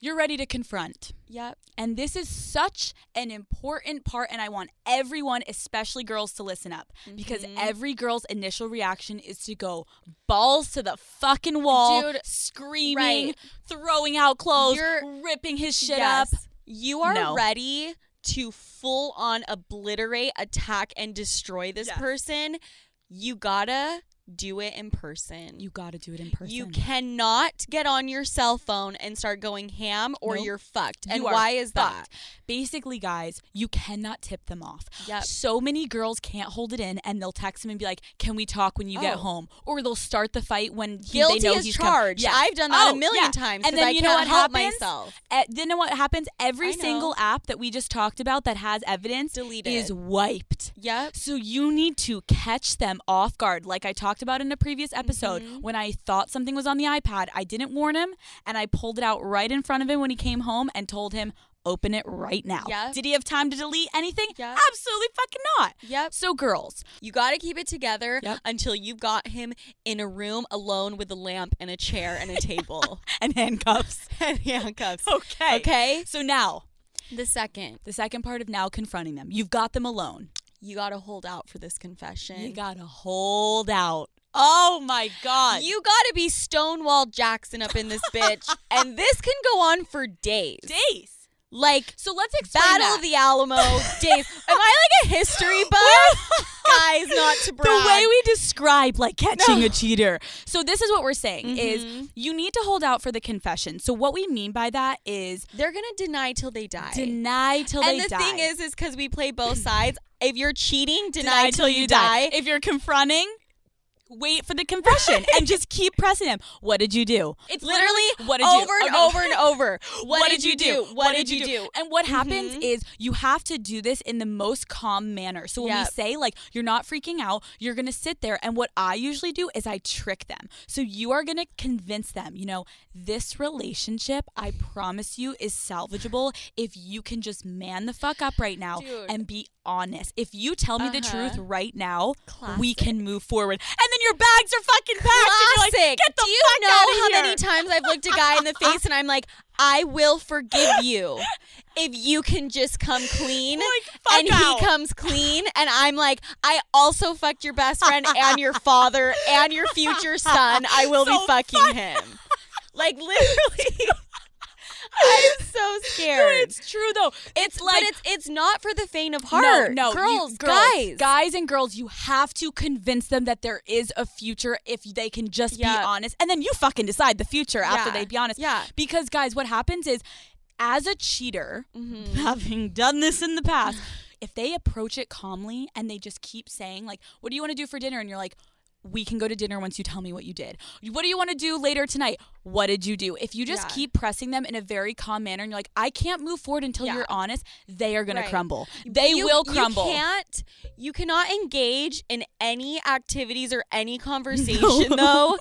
B: you're ready to confront.
C: Yep.
B: And this is such an important part and I want everyone, especially girls to listen up because
C: Mhm.
B: every girl's initial reaction is to go balls to the fucking wall,
C: Dude,
B: screaming,
C: right.
B: throwing out clothes,
C: You're-
B: ripping his shit
C: Yes.
B: up.
C: You are
B: No.
C: ready to full on obliterate, attack, and destroy this
B: Yes.
C: person. You gotta do it in person.
B: You got to do it in person.
C: You cannot get on your cell phone and start going ham or
B: Nope.
C: you're fucked. And
B: You are
C: why is that?
B: fucked. Basically, guys, you cannot tip them off.
C: Yep.
B: So many girls can't hold it in, and they'll text him and be like, "Can we talk when you get
C: Oh.
B: home?" Or they'll start the fight when he,
C: Guilty
B: they know
C: as
B: he's come-
C: charged.
B: Yeah.
C: I've done that
B: Oh,
C: a million
B: yeah.
C: times
B: And
C: because
B: then
C: I
B: you know
C: can't
B: what
C: help
B: happens?
C: myself.
B: Uh, then know what happens? Every
C: I
B: single
C: know.
B: app that we just talked about that has evidence
C: Deleted.
B: is wiped.
C: Yep.
B: So you need to catch them off guard. Like I talked about in a previous episode, when I thought something was on the iPad, I didn't warn him and I pulled it out right in front of him when he came home and told him, open it right now.
C: Yep.
B: Did he have time to delete anything?
C: Yep.
B: Absolutely fucking not.
C: Yep.
B: So girls,
C: You got to keep it together
B: Yep.
C: until you've got him in a room alone with a lamp and a chair and a table
B: and handcuffs.
C: and handcuffs.
B: Okay.
C: Okay.
B: So now,
C: The second,
B: the second part of now confronting them. You've got them alone.
C: you got to hold out for this confession.
B: You gotta hold out. Oh my god.
C: You gotta be Stonewall Jackson up in this bitch. and this can go on for days.
B: days.
C: Like
B: So let's explain
C: Battle
B: that.
C: of the Alamo days. Am I like a history buff? Guys, not to brag.
B: The way we describe like catching
C: No.
B: a cheater. So this is what we're saying is
C: Mhm.
B: you need to hold out for the confession. So what we mean by that is
C: They're gonna deny till they die.
B: deny till
C: and
B: they
C: the
B: die.
C: thing is, is because we play both sides. If you're cheating, deny,
B: deny
C: till you die.
B: If you're confronting, wait for the confession and just keep pressing him. What did you do?
C: It's literally
B: what did you-
C: over and
B: okay.
C: over and over. What, did, you do? What, did, you do? Mm-hmm.
B: And what happens is you have to do this in the most calm manner. So when
C: Yep.
B: we say like you're not freaking out, you're gonna sit there. And what I usually do is I trick them. So you are gonna convince them. You know, this relationship, I promise you, is salvageable if you can just man the fuck up right now
C: Dude.
B: and be honest. If you tell me the
C: Uh-huh.
B: truth right now, we
C: Classic.
B: can move forward. And then your bags are fucking packed. And you're like,
C: Classic.
B: Get the
C: Do you
B: fuck
C: know
B: outta
C: how
B: here."
C: many times I've looked a guy in the face and I'm like, I will forgive you if you can just come clean.
B: Like, fuck
C: and
B: out.
C: he comes clean, and I'm like, I also fucked your best friend and your father and your future son. I will
B: So
C: be fucking him. Like literally. I'm so
B: No,
C: scared.
B: it's true though. It's,
C: but
B: like
C: it's it's not for the faint of heart.
B: No, no, you-
C: girls, guys,
B: guys, and girls. You have to convince them that there is a future if they can just
C: Yeah.
B: be honest, and then you fucking decide the future after
C: Yeah.
B: they be honest.
C: Yeah.
B: Because guys, what happens is, as a cheater,
C: Mhm.
B: having done this in the past, if they approach it calmly and they just keep saying like, "What do you want to do for dinner?" and you're like. We can go to dinner once you tell me what you did. What do you want to do later tonight? What did you do? If you just
C: Yeah.
B: keep pressing them in a very calm manner and you're like, I can't move forward until
C: Yeah.
B: you're honest, they are going
C: Right.
B: to crumble. They
C: you-
B: will crumble.
C: You can't. You cannot engage in any activities or any conversation though.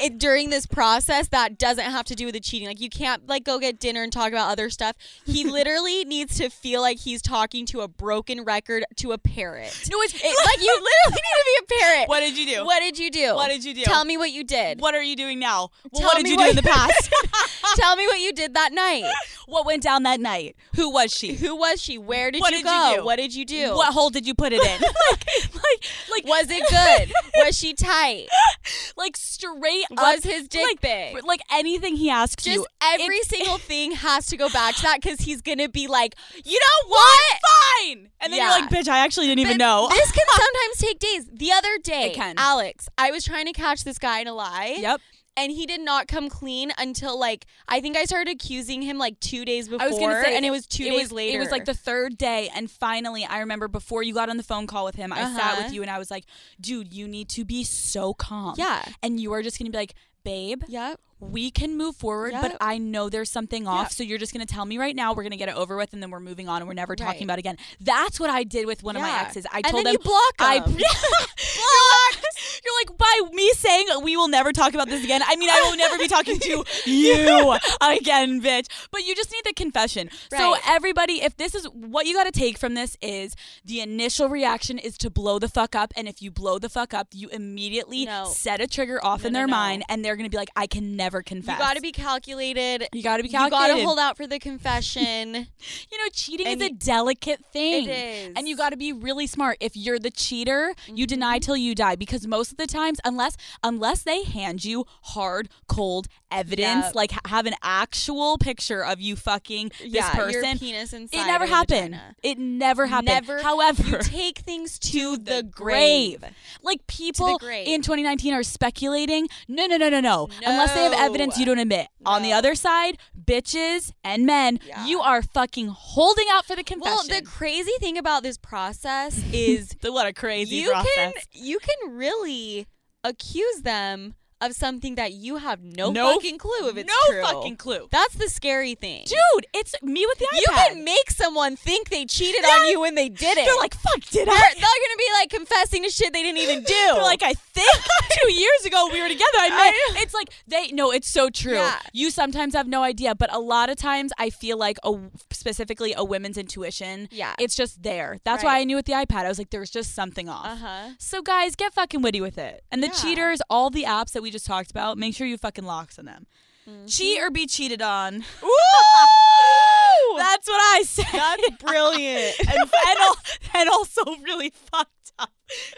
C: It, during this process that doesn't have to do with the cheating like you can't like go get dinner and talk about other stuff he literally needs to feel like he's talking to a broken record to a parrot
B: No, it's
C: It- like you literally need to be a parrot
B: What did you do?
C: What did you do
B: What did you do?
C: tell me what you did
B: What are you doing now? Well,
C: Tell
B: what did
C: me
B: you
C: what-
B: do in the past?
C: tell me what you did that night
B: what went down that night? Who was she?
C: who was she where did
B: What
C: you
B: did you
C: go
B: do?
C: what did you do
B: What hole did you put it in? like, like, like,
C: was it good was she tight
B: like straight
C: was
B: up,
C: his dick
B: like,
C: big?
B: r- Like anything he asks
C: Just
B: you.
C: every
B: it's-
C: single thing has to go back to that because he's gonna be like, you know what?
B: Fine. And then
C: Yeah.
B: you're like, bitch, I actually didn't even
C: But
B: know.
C: This can sometimes take days. The other day,
B: It can.
C: Alex, I was trying to catch this guy in a lie.
B: yep.
C: And he did not come clean until like I think I started accusing him like two days before.
B: I was gonna say,
C: and it was two
B: it
C: days
B: was-
C: later.
B: It was like the third day, and finally, I remember before you got on the phone call with him, I sat
C: Uh-huh.
B: with you and I was like, "Dude, you need to be so calm."
C: Yeah.
B: and you are just gonna be like, "Babe,
C: Yep.
B: we can move forward, but
C: Yep.
B: I know there's something off. So you're just going to tell me right now. We're going to get it over with, and then we're moving on, and we're never talking
C: Right.
B: about it again. That's what I did with one of my
C: Yeah.
B: exes. I
C: And
B: told
C: then
B: them
C: you block
B: I
C: 'em.
B: blocked. You're like by me saying we will never talk about this again. I mean, I will never be talking to you again, bitch. But you just need the confession. So
C: Right.
B: everybody, if this is what you got to take from this is the initial reaction is to blow the fuck up, and if you blow the fuck up, you immediately
C: No.
B: set a trigger off
C: No,
B: in
C: no,
B: their
C: no.
B: mind, and they're gonna be like, I can never
C: You
B: confess.
C: gotta be calculated.
B: you gotta be
C: You
B: calculated.
C: gotta hold out for the confession.
B: You know, cheating
C: And
B: is a
C: y-
B: delicate thing.
C: is.
B: And you gotta be really smart. If you're the cheater,
C: Mm-hmm.
B: you deny till you die. Because most of the times, unless unless they hand you hard, cold evidence,
C: Yep.
B: like ha- have an actual picture of you fucking this
C: yeah, your
B: person.
C: penis inside.
B: It never
C: your
B: happened.
C: vagina.
B: It never happened.
C: Never.
B: However,
C: you take things to, the, grave.
B: Like people
C: grave.
B: in 2019 are speculating. No, no, no, no, no. Unless they have evidence, you don't admit. On the
C: No.
B: other side, bitches and men,
C: Yeah.
B: you are fucking holding out for the confession.
C: Well, the crazy thing about this process is
B: what a crazy
C: you can you can really accuse them of something that you have no,
B: No
C: fucking clue if it's
B: no
C: true.
B: fucking clue.
C: That's the scary thing.
B: Dude, it's me with the iPad.
C: you can make someone think they cheated on you when they did it.
B: They're like, fuck, did
C: they're,
B: I?
C: they're gonna be like confessing to shit they didn't even do.
B: They're like, I think two years ago we were together. I
C: I-
B: met. It's like they. No, it's so true.
C: Yeah.
B: You sometimes have no idea, but a lot of times I feel like a specifically a women's intuition.
C: Yeah.
B: it's just there. That's why
C: Right.
B: I knew with the iPad. I was like, there's just something off.
C: uh-huh.
B: So guys, get fucking witty with it. And the
C: Yeah.
B: cheaters, all the apps that we just talked about, make sure you fucking locks on them.
C: Mm-hmm.
B: Cheat or be cheated on. That's what I say.
C: That's brilliant.
B: and, and, al- and also really fucked up.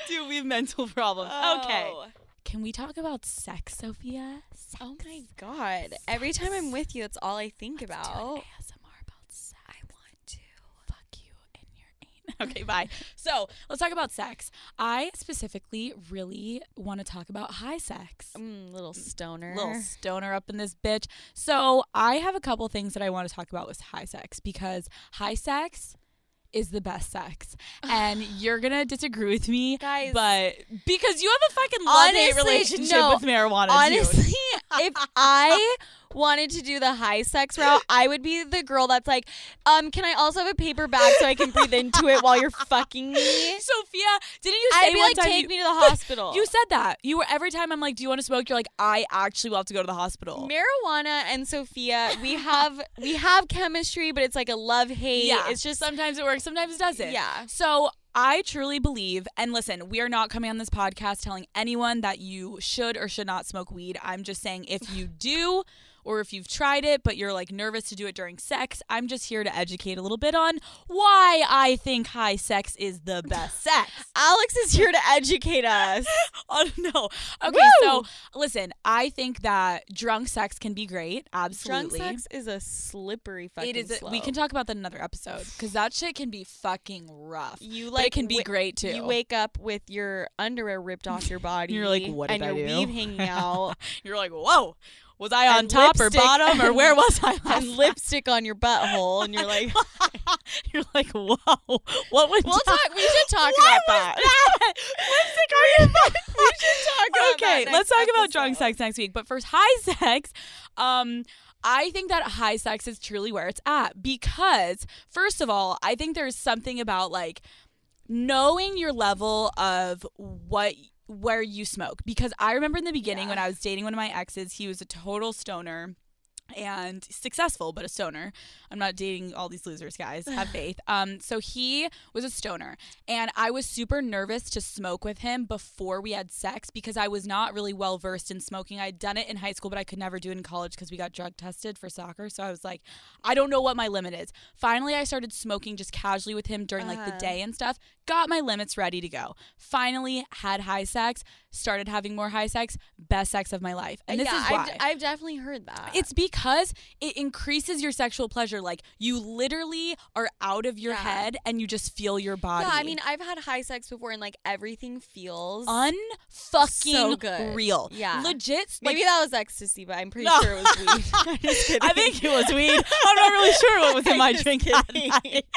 B: Dude, we have mental problems. Okay.
C: Oh.
B: Can we talk about sex, Sophia? Sex.
C: Oh my god. Every time I'm with you, it's all I think
B: Do an
C: about.
B: ASMR about sex. I want to fuck you in your anus. Okay, bye. So let's talk about sex. I specifically really want to talk about high sex.
C: Mm, little stoner.
B: Little stoner up in this bitch. So I have a couple things that I want to talk about with high sex because high sex is the best sex, and you're gonna disagree with me,
C: Guys.
B: But because you have a fucking love hate
C: Honestly,
B: relationship
C: no.
B: with marijuana, dude.
C: Honestly, if I wanted to do the high sex route, I would be the girl that's like, um, can I also have a paper bag so I can breathe into it while you're fucking me?
B: Sophia, didn't you say
C: I'd be
B: one
C: like,
B: time
C: take
B: you-
C: me to the hospital.
B: You said that. You were every time I'm like, "Do you want to smoke?" You're like, "I actually will have to go to the hospital."
C: marijuana and Sophia, we have we have chemistry, but it's like a love hate.
B: yeah,
C: It's just
B: sometimes it works, sometimes it doesn't.
C: Yeah.
B: So I truly believe, and listen, we are not coming on this podcast telling anyone that you should or should not smoke weed. I'm just saying if you do, or if you've tried it but you're like nervous to do it during sex, I'm just here to educate a little bit on why I think high sex is the best sex.
C: Alex is here to educate us.
B: Oh no. Okay, so listen, I think that drunk sex can be great.
C: Drunk
B: Absolutely.
C: sex is a slippery fucking
B: it is. a- We
C: slope.
B: can talk about that in another episode because that shit can be fucking rough.
C: You
B: But
C: like
B: it can be
C: wa-
B: great too.
C: You wake up with your underwear ripped off your body.
B: You're like, "What did
C: and
B: I
C: your
B: do?"
C: weave hanging out
B: You're like, whoa, was I on
C: And
B: top or
C: lipstick
B: bottom or
C: and-
B: where was I? Last
C: and lipstick on your butthole, and you're like,
B: night?" You're like, whoa, what was
C: "We'll
B: that?
C: talk. We should talk
B: What
C: about
B: was
C: that.
B: that? lipstick on your butt.
C: we should talk about that
B: okay,
C: next
B: let's talk about drunk
C: episode.
B: sex next week. But first, high sex. Um, I think that high sex is truly where it's at because, first of all, I think there's something about like knowing your level of what where you smoke because I remember in the beginning when I was dating one of my exes, he was a total stoner and successful but a stoner. I'm not dating all these losers guys. Have faith. Um so he was a stoner and I was super nervous to smoke with him before we had sex because I was not really well versed in smoking. I'd done it in high school, but I could never do it in college because we got drug tested for soccer. So I was like, I don't know what my limit is. Finally, I started smoking just casually with him during like the
C: Uh-huh.
B: day and stuff. Got my limits ready to go. Finally, had high sex. Started having more high sex. Best sex of my life. And this
C: Uh, yeah,
B: is why.
C: I've, I've definitely heard that.
B: It's because it increases your sexual pleasure. Like you literally are out of your
C: Yeah.
B: head and you just feel your body.
C: yeah. I mean, I've had high sex before, and like everything feels
B: unfucking
C: So good.
B: real.
C: Yeah.
B: legit.
C: Maybe
B: like,
C: that was ecstasy, but I'm pretty
B: No.
C: sure it was weed. I'm just kidding.
B: I think it was weed. I'm not really sure what was in my
C: Just
B: drink that
C: kidding.
B: night.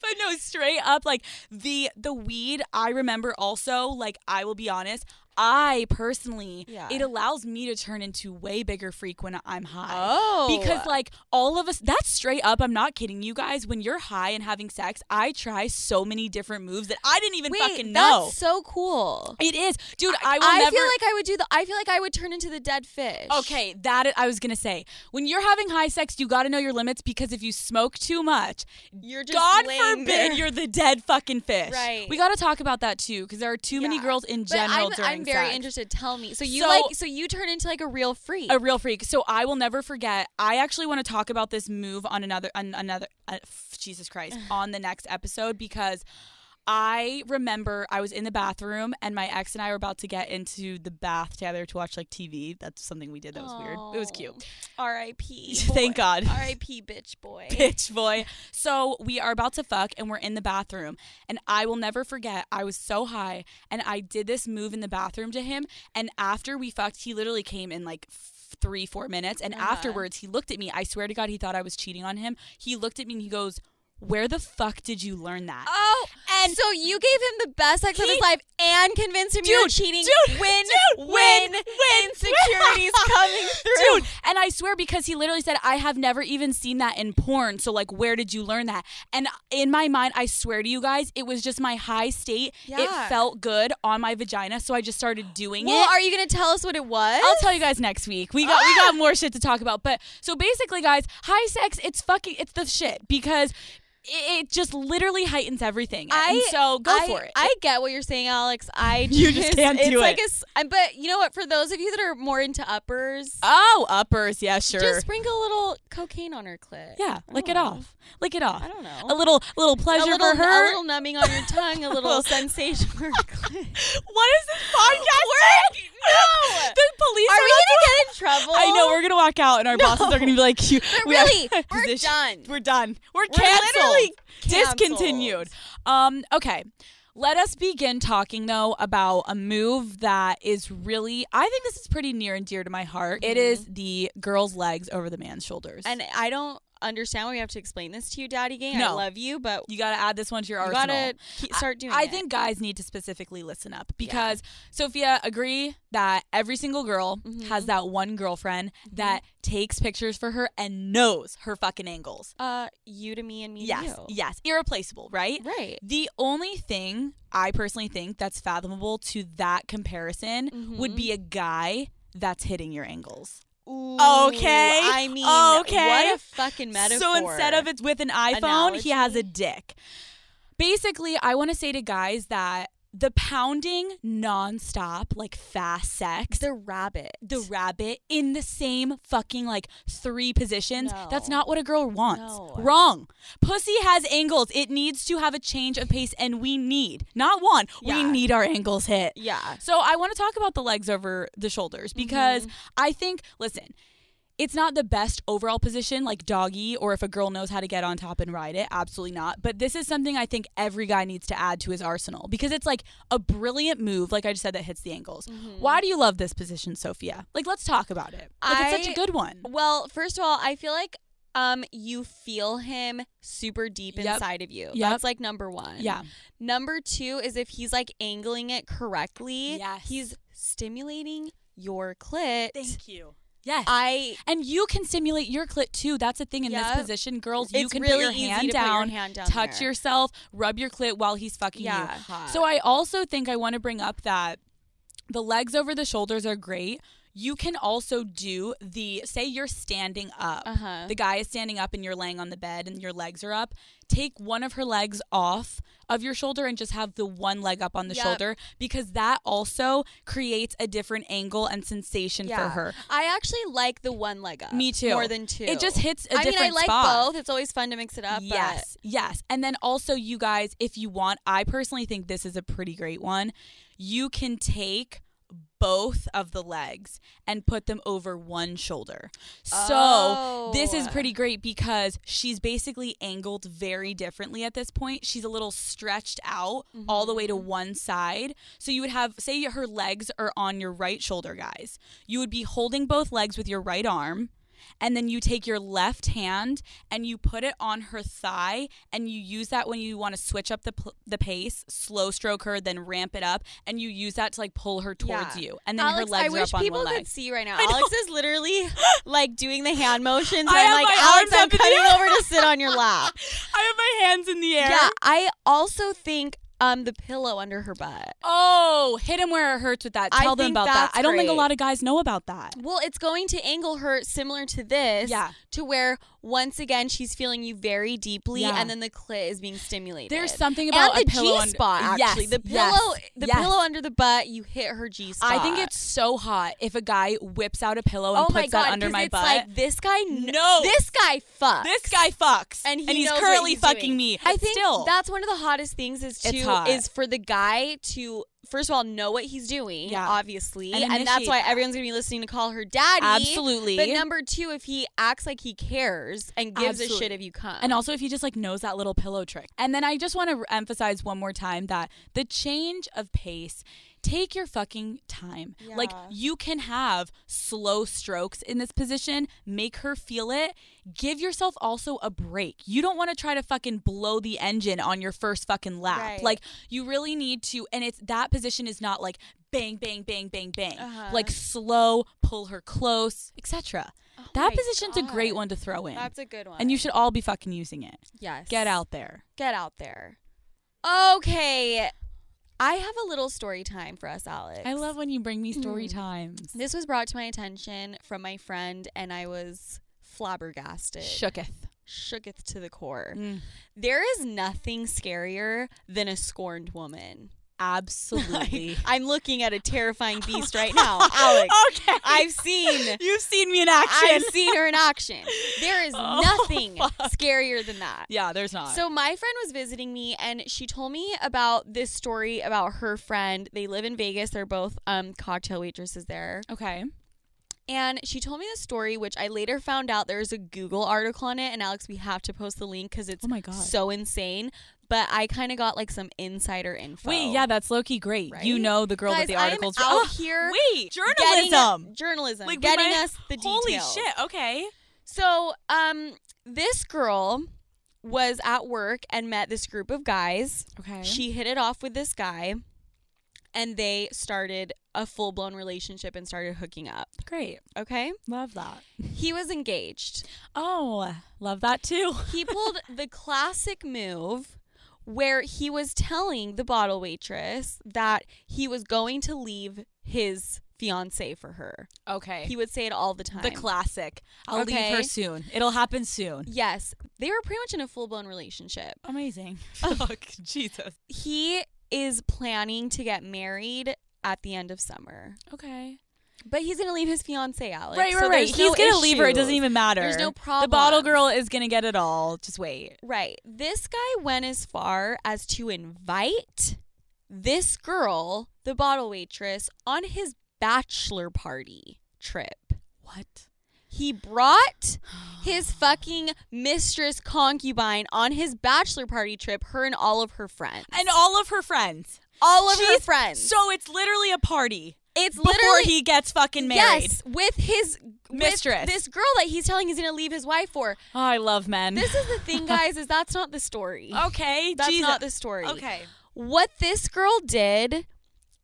B: But no, straight up, like the the weed. I remember also, like I will be honest. I personally,
C: Yeah.
B: it allows me to turn into way bigger freak when I'm high.
C: Oh,
B: Because like all of us, that's straight up. I'm not kidding you guys. When you're high and having sex, I try so many different moves that I didn't even
C: wait,
B: fucking know.
C: that's so cool.
B: It is, dude. I, will
C: I
B: never.
C: feel like I would do the. I feel like I would turn into the dead fish.
B: Okay, that I I was gonna say. When you're having high sex, you gotta know your limits because if you smoke too much,
C: you're just
B: God
C: laying
B: forbid
C: there.
B: you're the dead fucking fish.
C: Right.
B: We gotta talk about that too because there are too many
C: Yeah.
B: girls in
C: But
B: general
C: I'm,
B: during
C: I'm very
B: sex.
C: interested. Tell me. So you
B: So-
C: like? So you turn into like a real freak.
B: A real freak. So I will never forget. I actually want to talk about this move on another, on another. Uh, f- Jesus Christ, on the next episode because I remember I was in the bathroom and my ex and I were about to get into the bath together to watch like TV. That's something we did that was weird. It was cute.
C: R.I.P.
B: Thank
C: boy.
B: God.
C: R.I.P. Bitch boy.
B: bitch boy. So we are about to fuck and we're in the bathroom. And I will never forget, I was so high and I did this move in the bathroom to him. And after we fucked, he literally came in like f- three, four minutes. And
C: Uh-huh.
B: afterwards, he looked at me. I swear to God, he thought I was cheating on him. He looked at me and he goes, Where the fuck did you learn that?
C: Oh, and so you gave him the best sex of
B: He-
C: his life and convinced him you were
B: Dude,
C: cheating.
B: dude,
C: win,
B: dude,
C: win,
B: win, win.
C: Insecurities coming through.
B: Dude, and I swear because he literally said, I have never even seen that in porn. So, like, where did you learn that? And in my mind, I swear to you guys, it was just my high state.
C: Yeah.
B: It felt good on my vagina. So I just started doing it.
C: Well, are you gonna tell us what it was?
B: I'll tell you guys next week. We got we got more shit to talk about. But so basically, guys, high sex, it's fucking it's the shit because it, it just literally heightens everything. and
C: I-
B: so go
C: I,
B: for it.
C: I get what you're saying, Alex. I
B: You just can't
C: it's
B: do
C: like
B: it.
C: a s- I- but you know what? For those of you that are more into uppers,
B: oh, uppers, yeah, sure.
C: just sprinkle a little cocaine on her clit.
B: yeah,
C: I
B: lick
C: don't
B: it
C: know.
B: off. Lick it off.
C: I don't know.
B: A little little
C: A
B: pleasure
C: little,
B: for her.
C: a little numbing on your tongue, a little sensation for her clit.
B: What is this podcast? We're,
C: no!
B: the police
C: Are
B: are
C: we
B: not-
C: gonna get in trouble?
B: I know we're gonna walk out, and our bosses are gonna be like, "You,
C: But
B: we have-
C: really, we're
B: position-
C: done.
B: We're done. We're,
C: We're literally
B: canceled. discontineed." Um, okay. Let us begin talking though about a move that is really, I think this is pretty near and dear to my heart. It is the girl's legs over the man's shoulders.
C: And Mm-hmm. I don't understand why we have to explain this to you, Daddy Gang. I
B: No.
C: love you, but you
B: you got to add this one to your arsenal.
C: gotta keep, start doing.
B: I
C: it.
B: think guys need to specifically listen up because Sophia agree that every single girl has that one girlfriend that takes pictures for her and knows her fucking angles.
C: uh, you to me and me
B: yes,
C: to you.
B: yes, irreplaceable, right?
C: Right.
B: The only thing I personally think that's fathomable to that comparison
C: Mm-hmm.
B: would be a guy that's hitting your angles.
C: Ooh,
B: Okay,
C: I mean,
B: okay.
C: What a fucking metaphor.
B: So instead of it's with an iPhone, he has a
C: Analogy?
B: dick. Basically, I want to say to guys that the pounding nonstop, like fast sex.
C: The rabbit.
B: the rabbit in the same fucking like three positions. That's
C: No.
B: not what a girl wants.
C: No.
B: Wrong. Pussy has angles. It needs to have a change of pace, and we need, not one,
C: Yeah.
B: we need our angles hit.
C: yeah.
B: So I want to talk about the legs over the shoulders
C: Mm-hmm.
B: because I think, listen, it's not the best overall position like doggy or if a girl knows how to get on top and ride it, absolutely not. But this is something I think every guy needs to add to his arsenal because it's like a brilliant move, like I just said, that hits the ankles.
C: Mm-hmm.
B: Why do you love this position, Sophia? Like, let's talk about it. Like, it's such
C: I-
B: a good one.
C: Well, first of all, I feel like um you feel him super deep
B: Yep.
C: inside of you.
B: Yep.
C: That's like number one.
B: Yeah.
C: Number two is if he's like angling it correctly.
B: Yes.
C: He's stimulating your clit.
B: you. Yes.
C: I
B: and you can stimulate your clit too. That's a thing in
C: Yep.
B: this position, girls. you
C: it's
B: can
C: really
B: put your
C: easy
B: hand
C: to
B: down,
C: put your hand down
B: touch
C: there.
B: yourself, rub your clit while he's fucking you.
C: yeah.
B: So I also think I want to bring up that the legs over the shoulders are great. You can also do the say you're standing up.
C: uh-huh.
B: The guy is standing up and you're laying on the bed and your legs are up. Take one of her legs off of your shoulder and just have the one leg up on the
C: Yep.
B: shoulder because that also creates a different angle and sensation for her.
C: I actually like the one leg up.
B: Me too.
C: More than two.
B: It just hits a
C: I
B: different
C: mean, I like
B: spot.
C: both. It's always fun to mix it up. but-
B: Yes, yes. And then also, you guys, if you want, I personally think this is a pretty great one. You can take both of the legs and put them over one shoulder. So, this is
C: Oh.
B: pretty great because she's basically angled very differently at this point. She's a little stretched out all the way to one side. So, you would have, say, her legs are on your right shoulder, guys. You would be holding both legs with your right arm and then you take your left hand and you put it on her thigh and you use that when you want to switch up the pl- the pace, slow stroke her, then ramp it up, and you use that to like pull her towards
C: Yeah.
B: you, and then
C: Alex,
B: her legs
C: I
B: are
C: wish
B: up on
C: people
B: one leg.
C: could see right now. Alex is literally like doing the hand motions.
B: I
C: I'm
B: have
C: like,
B: my
C: Alex,
B: arms
C: I'm
B: up in the
C: coming
B: air."
C: over to sit on your lap.
B: I have my hands in the air.
C: yeah, I also think um the pillow under her butt.
B: Oh, hit him where it hurts with that.
C: I
B: Tell them
C: think
B: about that.
C: that's
B: I don't think a
C: great.
B: lot of guys know about that.
C: Well, it's going to angle her similar to this.
B: Yeah.
C: To where once again she's feeling you very deeply,
B: Yeah.
C: and then the clit is being stimulated.
B: There's something about
C: and
B: a
C: the
B: pillow
C: G spot.
B: under-
C: Actually,
B: Yes,
C: the
B: yes,
C: pillow, the
B: yes.
C: pillow under the butt. You hit her G spot.
B: I think it's so hot if a guy whips out a pillow and
C: oh
B: puts
C: my god
B: that under
C: 'cause
B: my
C: it's
B: butt.
C: Like this guy, kn-
B: No.
C: this guy fucks.
B: this guy fucks,
C: and, he
B: he's
C: knows what
B: currently
C: he's
B: fucking
C: doing.
B: me.
C: I think
B: Still.
C: that's one of the hottest things is
B: It's
C: to
B: hot.
C: is for the guy to first of all know what he's doing,
B: Yeah.
C: obviously, and,
B: And initiate
C: that's why
B: that.
C: everyone's gonna be listening to call her daddy.
B: Absolutely.
C: But number two, if he acts like he cares and gives a
B: Absolutely.
C: shit if you come,
B: And also, if he just like knows that little pillow trick. And then I just want to emphasize one more time that the change of pace, take your fucking time. Like,
C: Yeah.
B: you can have slow strokes in this position, make her feel it. Give yourself also a break. You don't want to try to fucking blow the engine on your first fucking lap.
C: Right.
B: Like, you really need to, and it's that position is not like bang, bang, bang, bang, bang.
C: Uh-huh.
B: Like, slow, pull her close, etc. that
C: Oh my
B: position's a great
C: God.
B: one to throw in.
C: that's a good one.
B: And you should all be fucking using it.
C: yes
B: Get out there.
C: get out there. Okay, I have a little story time for us, Alex.
B: I love when you bring me story times.
C: this was brought to my attention from my friend, and I was flabbergasted,
B: Shooketh.
C: shooketh to the core.
B: Mm.
C: There is nothing scarier than a scorned woman.
B: Absolutely.
C: Like, I'm looking at a terrifying beast right now, Alex.
B: okay.
C: I've seen
B: You've seen me in action.
C: I've seen her in action. There is
B: Oh,
C: nothing
B: fuck.
C: scarier than that.
B: yeah, there's not.
C: So my friend was visiting me and she told me about this story about her friend. They live in Vegas. They're both um cocktail waitresses there.
B: okay.
C: And she told me this story which I later found out there was a Google article on it and Alex we have to post the link cuz it's
B: Oh my God.
C: so insane, but I kind of got like some insider info.
B: Wait, yeah, that's low key great. You
C: Right?
B: know the girl with
C: Guys,
B: the
C: I'm
B: articles.
C: out here
B: Wait,
C: Getting-
B: journalism.
C: journalism,
B: Like, we
C: getting
B: might-
C: us the details.
B: Holy shit. Okay.
C: So, um, this girl was at work and met this group of guys.
B: Okay.
C: She hit it off with this guy, and they started a full blown relationship and started hooking up.
B: great.
C: Okay,
B: Love that.
C: he was engaged.
B: Oh, love that too.
C: He pulled the classic move. Where he was telling the bottle waitress that he was going to leave his fiance for her.
B: Okay.
C: He would say it all the time.
B: the classic. I'll
C: Okay.
B: leave her soon. It'll happen soon.
C: Yes, they were pretty much in a full blown relationship.
B: Amazing. Fuck. Jesus.
C: He is planning to get married at the end of summer.
B: Okay.
C: But he's gonna leave his fiance Alex.
B: right, right,
C: so
B: right.
C: there's
B: He's
C: no
B: gonna leave her. It doesn't
C: issues.
B: even matter.
C: There's no
B: The bottle
C: problems.
B: girl is gonna get it all. Just wait.
C: Right. This guy went as far as to invite this girl, the bottle waitress, on his bachelor party trip.
B: What?
C: He brought his fucking mistress concubine on his bachelor party trip, her and all of her friends.
B: And all of her friends.
C: all of her
B: She's-
C: friends.
B: So it's literally a party
C: it's
B: before
C: literally
B: he gets fucking married.
C: Yes, with his with
B: Mistress.
C: this girl that he's telling he's gonna leave his wife for.
B: Oh, I love men.
C: This is the thing, guys, is that's not the story.
B: okay.
C: That's
B: Oh, Jesus.
C: not the story.
B: Okay.
C: What this girl did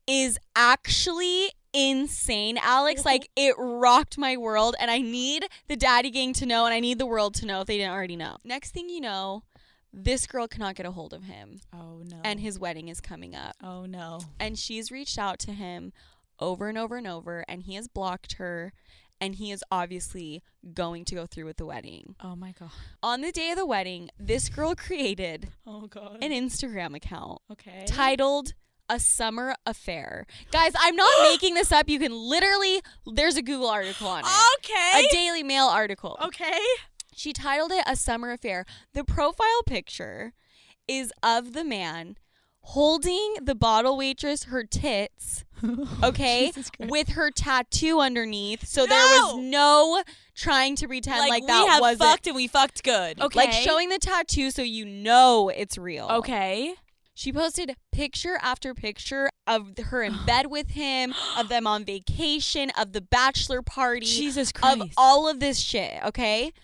C: is actually insane, Alex. Like it rocked my world, and I need the daddy gang to know, and I need the world to know if they didn't already know. Next thing you know, this girl cannot get a hold of him,
B: Oh no.
C: and his wedding is coming up,
B: oh no.
C: and she's reached out to him over and over and over, and he has blocked her. And he is obviously going to go through with the wedding.
B: Oh my god.
C: On the day of the wedding, this girl created
B: Oh god.
C: an Instagram account
B: okay.
C: titled A Summer Affair. Guys, I'm not making this up. You can literally, there's a Google article on it.
B: okay. Oh.
C: A Daily Mail article.
B: okay.
C: She titled it A Summer Affair. The profile picture is of the man holding the bottle waitress her tits, okay,
B: Oh, Jesus Christ.
C: with her tattoo underneath. So there was no trying to pretend like,
B: we
C: that
B: have
C: wasn't.
B: fucked and we fucked good. Okay.
C: Like showing the tattoo so you know it's real.
B: Okay.
C: She posted picture after picture of her in bed with him, of them on vacation, of the bachelor party,
B: Jesus
C: of
B: Christ.
C: all of this shit, okay? It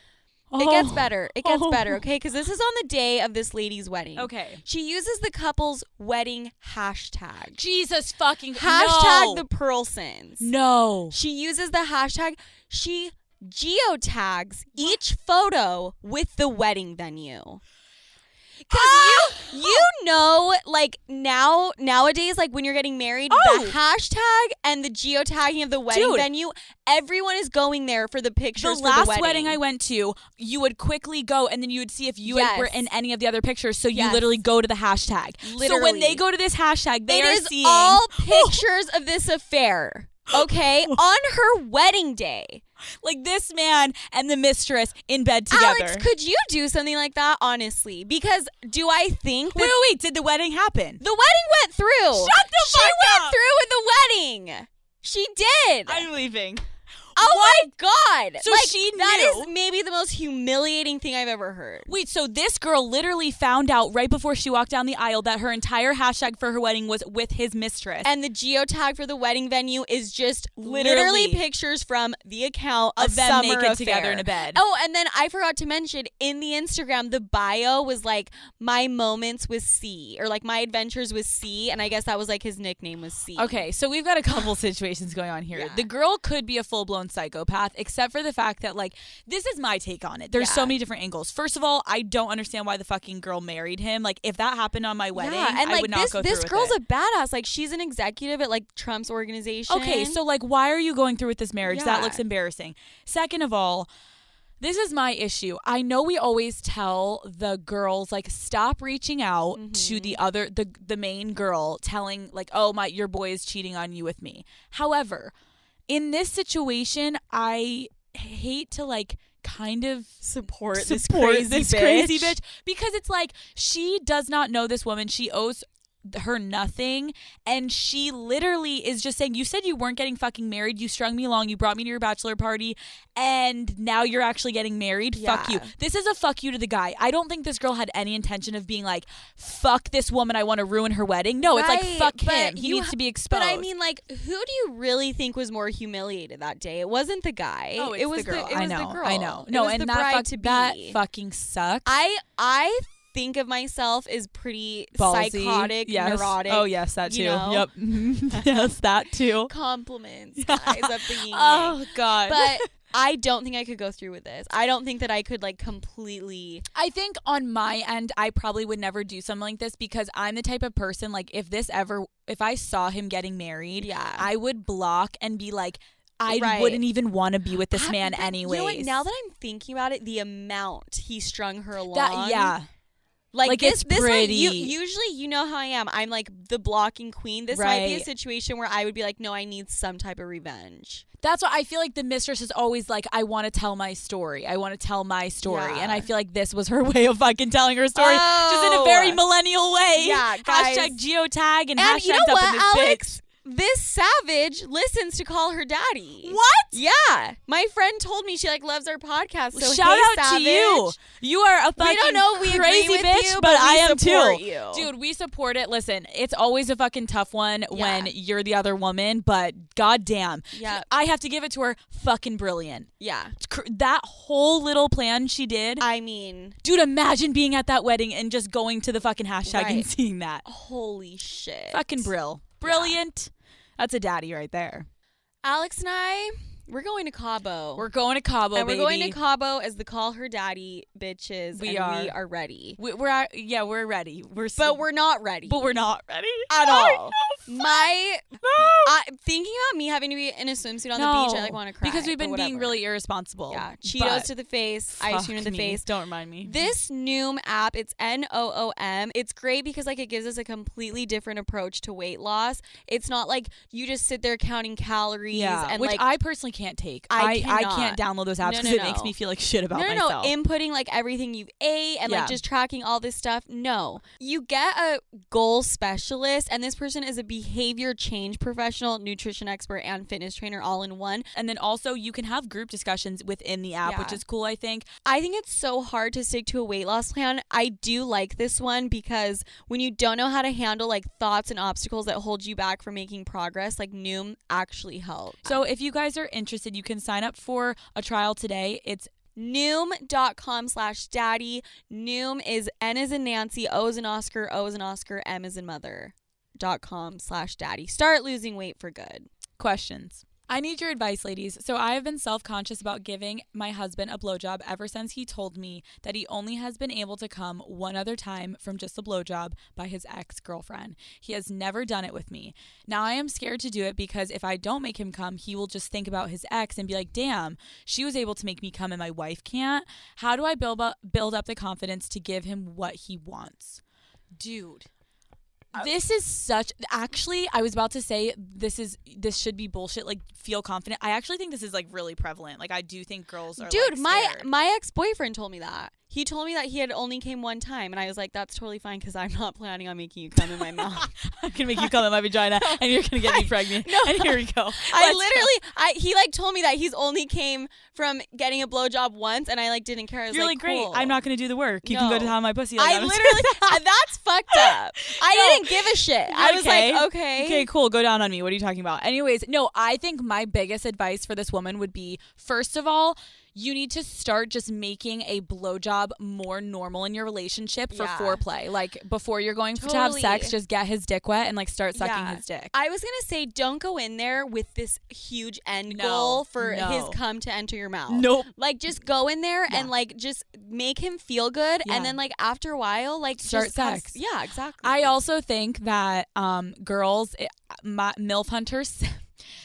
B: Oh.
C: gets better. It gets
B: Oh.
C: better, okay? Because this is on the day of this lady's wedding.
B: Okay.
C: She uses the couple's wedding hashtag.
B: Jesus fucking
C: Hashtag
B: no.
C: the Pearlsons.
B: no.
C: She uses the hashtag. She geotags each photo with the wedding venue.
B: Ah!
C: Cause you you know like now nowadays like when you're getting married
B: Oh.
C: the hashtag and the geotagging of the wedding
B: Dude.
C: venue everyone is going there for the
B: The
C: pictures for
B: last
C: the
B: wedding. I went to, you would quickly go and then you would see if you
C: Yes.
B: were in any of the other pictures. So you
C: Yes.
B: literally go to the hashtag. So when
C: Literally.
B: they go to this hashtag, they
C: It
B: are
C: is
B: seeing Oh!
C: all pictures of this affair okay on her wedding day
B: like this man and the mistress in bed together.
C: Alex could you do something like that honestly because do I think that
B: wait, wait, wait, did the wedding happen?
C: The wedding went through.
B: Shut the
C: she
B: fuck
C: went
B: up.
C: through with the wedding. She did.
B: I'm leaving.
C: oh my god.
B: So
C: like,
B: she
C: That
B: knew.
C: is maybe the most humiliating thing I've ever heard.
B: Wait, so this girl literally found out right before she walked down the aisle that her entire hashtag for her wedding was with his mistress.
C: And the geotag for the wedding venue is just
B: Literally.
C: literally, pictures from the account
B: Of
C: of,
B: them
C: summer
B: naked
C: affair.
B: together in a bed.
C: Oh, and then I forgot to mention in the Instagram, the bio was like my moments with C or like my adventures with C, and I guess that was like his nickname was C.
B: Okay, so we've got a couple situations going on here.
C: Yeah.
B: The girl could be a full blown psychopath, except for the fact that, like, this is my take on it. There's so
C: Yeah.
B: many different angles. First of all, I don't understand why the fucking girl married him. Like, if that happened on my wedding,
C: Yeah, and
B: I
C: like
B: would not
C: this,
B: go
C: this
B: through
C: girl's
B: with it.
C: a badass. Like she's an executive at like Trump's organization.
B: Okay, so like, why are you going through with this marriage? That
C: Yeah.
B: looks embarrassing. Second of all, this is my issue. I know we always tell the girls like stop reaching out to the other the the main girl telling like, "Oh my your boy is cheating on you with me." However, in this situation, I hate to like kind of
C: support,
B: support this crazy bitch because it's like she does not know this woman. She owes her nothing and she literally is just saying you said you weren't getting fucking married you strung me along you brought me to your bachelor party and now you're actually getting married fuck you
C: Yeah.
B: this is a fuck you to the guy i don't think this girl had any intention of being like fuck this woman i want to ruin her wedding no it's like
C: Right,
B: fuck
C: but
B: him he
C: you
B: needs
C: ha-
B: to be exposed
C: But I mean, like, who do you really think was more humiliated that day? It wasn't the guy.
B: oh it's
C: it was
B: the girl
C: it
B: i
C: was
B: know
C: the girl.
B: i know
C: It
B: no
C: was
B: and
C: the
B: that,
C: bride
B: fuck,
C: to be.
B: that fucking sucks
C: I I think of myself as pretty
B: Ballsy.
C: psychotic,
B: yes.
C: neurotic.
B: Oh yes, that too.
C: you know?
B: Yep. yes, that too.
C: compliments, guys, up the yin yang.
B: Oh god.
C: But I don't think I could go through with this. I don't think that I could like completely.
B: I think on my end, I probably would never do something like this because I'm the type of person like if this ever, if I saw him getting married,
C: Yeah.
B: I would block and be like, I
C: Right.
B: wouldn't even want to be with this
C: I-
B: man
C: but
B: anyways.
C: You know what? Now that I'm thinking about it, the amount he strung her along.
B: That- yeah,
C: Like,
B: Like,
C: this,
B: it's
C: this might, you,
B: pretty.
C: usually you know how I am. I'm like the blocking queen. This might be a
B: Right.
C: situation where I would be like, no, I need some type of revenge.
B: That's why I feel like the mistress is always like, I want to tell my story. I want to tell my story.
C: Yeah.
B: And I feel like this was her way of fucking telling her story, just in a
C: Oh.
B: very millennial way.
C: Yeah, guys.
B: Hashtag geotag and,
C: And
B: hashtag
C: you know
B: up in this
C: what,
B: bitch.
C: Alex? This savage listens to call her daddy.
B: What?
C: Yeah, my friend told me she like loves our podcast. So
B: Shout
C: hey,
B: out
C: savage.
B: to you. You are a fucking
C: We don't know if we agree
B: crazy
C: with
B: bitch,
C: you,
B: but,
C: but we
B: I am
C: support
B: too.
C: you.
B: Dude, we support it. Listen, it's always a fucking tough one when
C: Yeah.
B: you're the other woman, but goddamn.
C: Yeah.
B: I have to give it to her. Fucking brilliant.
C: Yeah,
B: Cr- That whole little plan she did.
C: I mean,
B: Dude, imagine being at that wedding and just going to the fucking hashtag and
C: Right.
B: seeing that.
C: holy shit.
B: Fucking brill. Brilliant. That's a daddy right there.
C: Alex and I, we're going to Cabo.
B: We're going to Cabo,
C: and we're
B: baby.
C: going to Cabo as the call her daddy bitches.
B: We
C: and We
B: are.
C: are ready,
B: We- we're at, yeah, we're ready. We're s-
C: but we're not ready.
B: but we're not ready
C: at
B: I
C: all.
B: know,
C: My
B: fuck.
C: I, thinking about me having to be in a swimsuit on the beach, I like
B: No,
C: want to cry
B: Because we've
C: but
B: been being
C: whatever.
B: really irresponsible.
C: yeah
B: But
C: Cheetos to the face, ice cream to
B: fuck
C: the
B: me.
C: face.
B: Don't remind me.
C: This Noom app, it's N O O M. It's great because like it gives us a completely different approach to weight loss. It's not like you just sit there counting calories
B: yeah,
C: and
B: which
C: like
B: I personally can't take.
C: I
B: I, can't download those apps
C: No,
B: because
C: no,
B: it makes
C: no.
B: me feel like shit about
C: no, no,
B: myself.
C: no. Inputting like everything you've ate and
B: Yeah.
C: like just tracking all this stuff. No, you get a goal specialist, and this person is a behavior change professional, nutrition expert, and fitness trainer all in one.
B: and then also you can have group discussions within the app, which
C: Yeah.
B: is cool. I think.
C: I think it's so hard to stick to a weight loss plan. I do like this one because when you don't know how to handle like thoughts and obstacles that hold you back from making progress, like Noom actually helps.
B: So if you guys are interested, you can sign up for a trial today. It's
C: Noom.com slash daddy. Noom is N is in Nancy, O is in Oscar, O is in Oscar, M is in mother. Dot com slash daddy. Start losing weight for good.
B: questions. I need your advice, ladies. So, I have been self conscious about giving my husband a blowjob ever since he told me that he only has been able to come one other time from just a blowjob by his ex girlfriend. He has never done it with me. Now, I am scared to do it because if I don't make him come, he will just think about his ex and be like, damn, she was able to make me come and my wife can't. How do I build up, build up the confidence to give him what he wants? Dude. This is such actually I was about to say this is this should be bullshit like feel confident. I actually think this is like really prevalent. Like I do think girls are
C: Dude,
B: like,
C: my
B: scared.
C: my ex boyfriend told me that. He told me that he had only came one time, and I was like, "That's totally fine," because I'm not planning on making you come in my mouth.
B: I'm going to make you come in my vagina and you're going to get me pregnant. and here we go.
C: I
B: Let's go.
C: literally, I he like told me that he's only came from getting a blowjob once, and I like didn't care. I was
B: You're like,
C: like,
B: great.
C: cool.
B: I'm not going to do the work. You can go
C: No.
B: to town my pussy. like,
C: I
B: I'm-
C: literally, that's fucked up. I didn't give a shit. I was like, okay,
B: Okay, cool. Go down on me. What are you talking about? Anyways, no, I think my biggest advice for this woman would be first of all, you need to start just making a blowjob more normal in your relationship for
C: Yeah.
B: foreplay. Like before you're going to have sex,
C: Totally.
B: just get his dick wet and like start sucking
C: Yeah.
B: his dick.
C: I was gonna say, don't go in there with this huge end
B: No,
C: goal for
B: no.
C: his cum to enter your mouth.
B: Nope.
C: Like, just go in there
B: Yeah.
C: and like just make him feel good,
B: Yeah.
C: and then like after a while, like
B: Start
C: just have-
B: sex.
C: yeah, exactly.
B: I also think that um, girls, it, my, MILF hunters,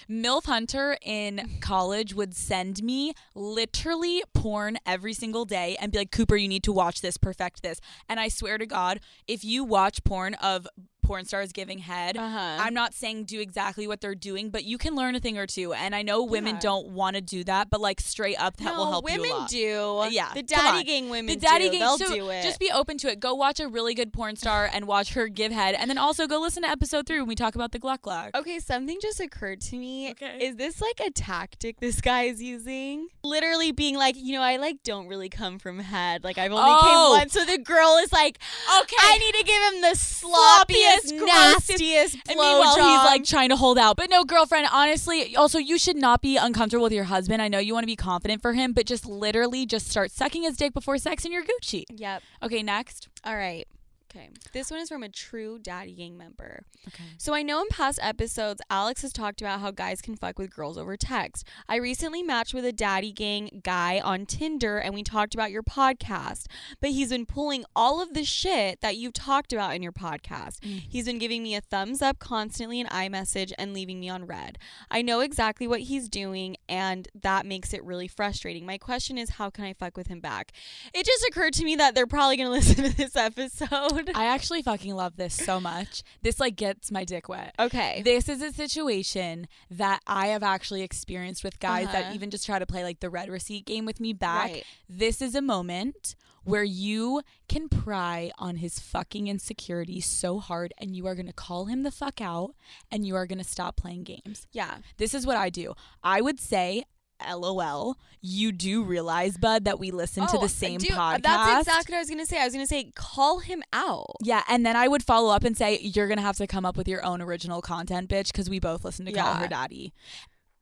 B: MILF hunter in college would send me literally porn every single day and be like, Cooper, you need to watch this, perfect this. And I swear to God, if you watch porn of porn stars giving head,
C: Uh-huh.
B: I'm not saying do exactly what they're doing, but you can learn a thing or two. And I know women
C: Yeah.
B: don't want to do that, but like straight up, that will
C: No,
B: help
C: women
B: you a lot.
C: do.
B: Yeah,
C: the
B: come
C: daddy
B: on.
C: gang women.
B: The daddy
C: do.
B: gang.
C: They'll
B: so
C: do it.
B: Just be open to it. Go watch a really good porn star and watch her give head, and then also go listen to episode three when we talk about the Gluck Gluck.
C: Okay, something just occurred to me.
B: Okay.
C: Is this like a tactic this guy is using? Literally being like, you know, I like don't really come from head. Like I've only
B: Oh.
C: came once. So the girl is like,
B: Okay.
C: I need to give him the sloppiest,
B: Sloppiest, grossest-
C: nastiest
B: And
C: blowjob.
B: meanwhile, he's like trying to hold out. But no, girlfriend, honestly, also, you should not be uncomfortable with your husband. I know you want to be confident for him, but just literally just start sucking his dick before sex and you're Gucci.
C: yep.
B: Okay, next.
C: All right. Okay. This one is from a true daddy gang member.
B: Okay.
C: So I know in past episodes, Alex has talked about how guys can fuck with girls over text. I recently matched with a daddy gang guy on Tinder and we talked about your podcast, but he's been pulling all of the shit that you've talked about in your podcast. He's been giving me a thumbs up constantly in iMessage and leaving me on red. I know exactly what he's doing and that makes it really frustrating. My question is, how can I fuck with him back? It just occurred to me that they're probably going to listen to this episode.
B: I actually fucking love this so much. This like gets my dick wet.
C: Okay.
B: This is a situation that I have actually experienced with guys that
C: Uh-huh.
B: even just try to play like the red receipt game with me back.
C: Right.
B: This is a moment where you can pry on his fucking insecurities so hard and you are going to call him the fuck out and you are going to stop playing games.
C: Yeah.
B: This is what I do. I would say LOL, you do realize, bud, that we listen to
C: Oh,
B: the same
C: dude,
B: podcast.
C: That's exactly what I was gonna say. I was gonna say call him out.
B: Yeah, and then I would follow up and say, "You're gonna have to come up with your own original content, bitch," because we both listen to Call
C: Yeah.
B: Her Daddy.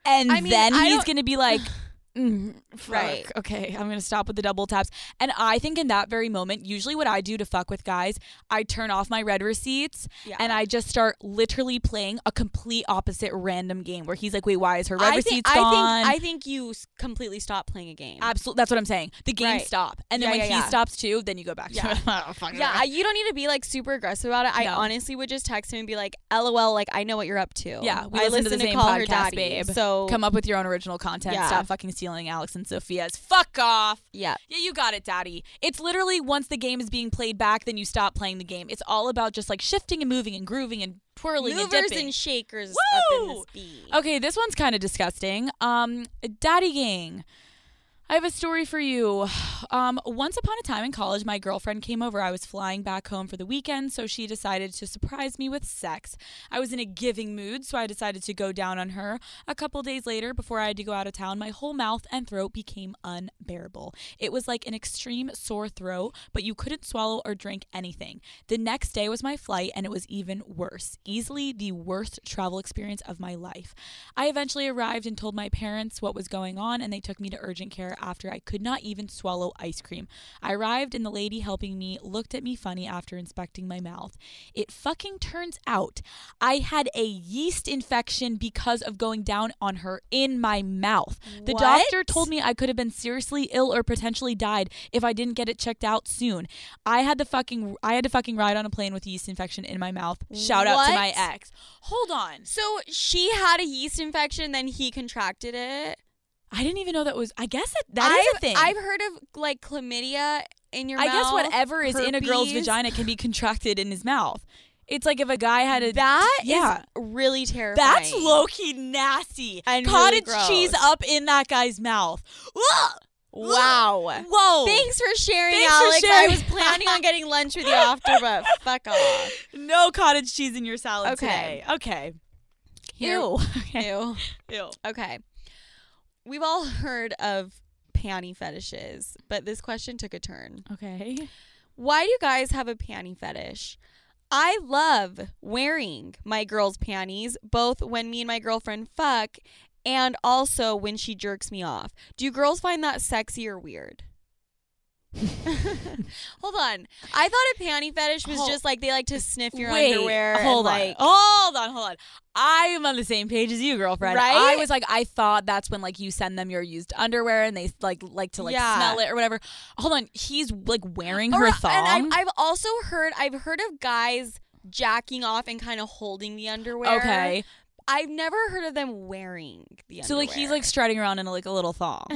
B: And
C: I mean,
B: then
C: I
B: he's
C: don't-
B: gonna be like, mm, fuck,
C: Right.
B: Okay, I'm gonna stop with the double taps. And I think in that very moment, usually what I do to fuck with guys, I turn off my red receipts
C: Yeah.
B: and I just start literally playing a complete opposite random game where he's like, "Wait, why is her red
C: I
B: receipts
C: think, I
B: gone?"
C: think I think you s- completely stop playing a game.
B: Absolutely, that's what I'm saying. The game
C: Right.
B: stop, and then
C: Yeah,
B: when
C: yeah,
B: he
C: yeah.
B: stops too, then you go back
C: Yeah.
B: to it. Oh, fuck
C: yeah, I, you don't need to be like super aggressive about it. I
B: No.
C: honestly would just text him and be like, "LOL, like I know what you're up to."
B: Yeah, we
C: I
B: listen to the same
C: Call Her
B: podcast,
C: Daddy,
B: babe.
C: So
B: Come up with your own original content.
C: Yeah.
B: Stop fucking stealing Alex and Sophia's. Fuck off.
C: yeah,
B: Yeah, you got it, daddy. It's literally once the game is being played back, then you stop playing the game. It's all about just like shifting and moving and grooving and twirling and
C: movers
B: dipping.
C: and shakers up in this
B: Woo!
C: bee.
B: okay, this one's kind of disgusting. Um, daddy gang. I have a story for you. Um, once upon a time in college, my girlfriend came over. I was flying back home for the weekend, so she decided to surprise me with sex. I was in a giving mood, so I decided to go down on her. A couple days later, before I had to go out of town, my whole mouth and throat became unbearable. It was like an extreme sore throat, but you couldn't swallow or drink anything. The next day was my flight, and it was even worse. Easily the worst travel experience of my life. I eventually arrived and told my parents what was going on, and they took me to urgent care after I could not even swallow ice cream. I arrived, and the lady helping me looked at me funny after inspecting my mouth. It fucking turns out I had a yeast infection because of going down on her in my mouth. The
C: What?
B: doctor told me I could have been seriously ill or potentially died if I didn't get it checked out soon. I had the fucking I had to fucking ride on a plane with yeast infection in my mouth. Shout out to my
C: What?
B: ex. Hold on.
C: So she had a yeast infection, then he contracted it.
B: I didn't even know that was. I guess that, that is
C: I've-
B: a thing.
C: I've heard of like chlamydia in your
B: I
C: mouth.
B: guess whatever is in a girl's
C: herpes.
B: vagina can be contracted in his mouth. It's like if a guy had a
C: That is
B: Yeah.
C: really terrifying.
B: That's low key nasty.
C: And really
B: Cottage cheese
C: gross.
B: up in that guy's mouth. Ugh!
C: Wow.
B: Whoa.
C: Thanks for sharing,
B: Thanks for
C: Alex.
B: sharing.
C: I was planning on getting lunch with you after, but fuck off.
B: No cottage cheese in your salad
C: Okay.
B: today. Okay.
C: Here-
B: Ew.
C: Ew.
B: Ew.
C: Okay. We've all heard of panty fetishes, but this question took a turn.
B: Okay.
C: Why do you guys have a panty fetish? I love wearing my girl's panties, both when me and my girlfriend fuck and also when she jerks me off. Do you girls find that sexy or weird? Hold on. I thought a panty fetish was
B: Hol-
C: just like they like to sniff your
B: Wait,
C: underwear. and,
B: Hold on. Oh,
C: like-
B: hold on. Hold on. I am on the same page as you, girlfriend. I
C: Right?
B: was like, I thought that's when like you send them your used underwear and they like like to like
C: Yeah.
B: smell it or whatever. Hold on. He's like wearing
C: Or-
B: her thong.
C: And I've, I've also heard I've heard of guys jacking off and kind of holding the underwear.
B: okay.
C: I've never heard of them wearing the underwear.
B: So like he's like strutting around in like a little thong.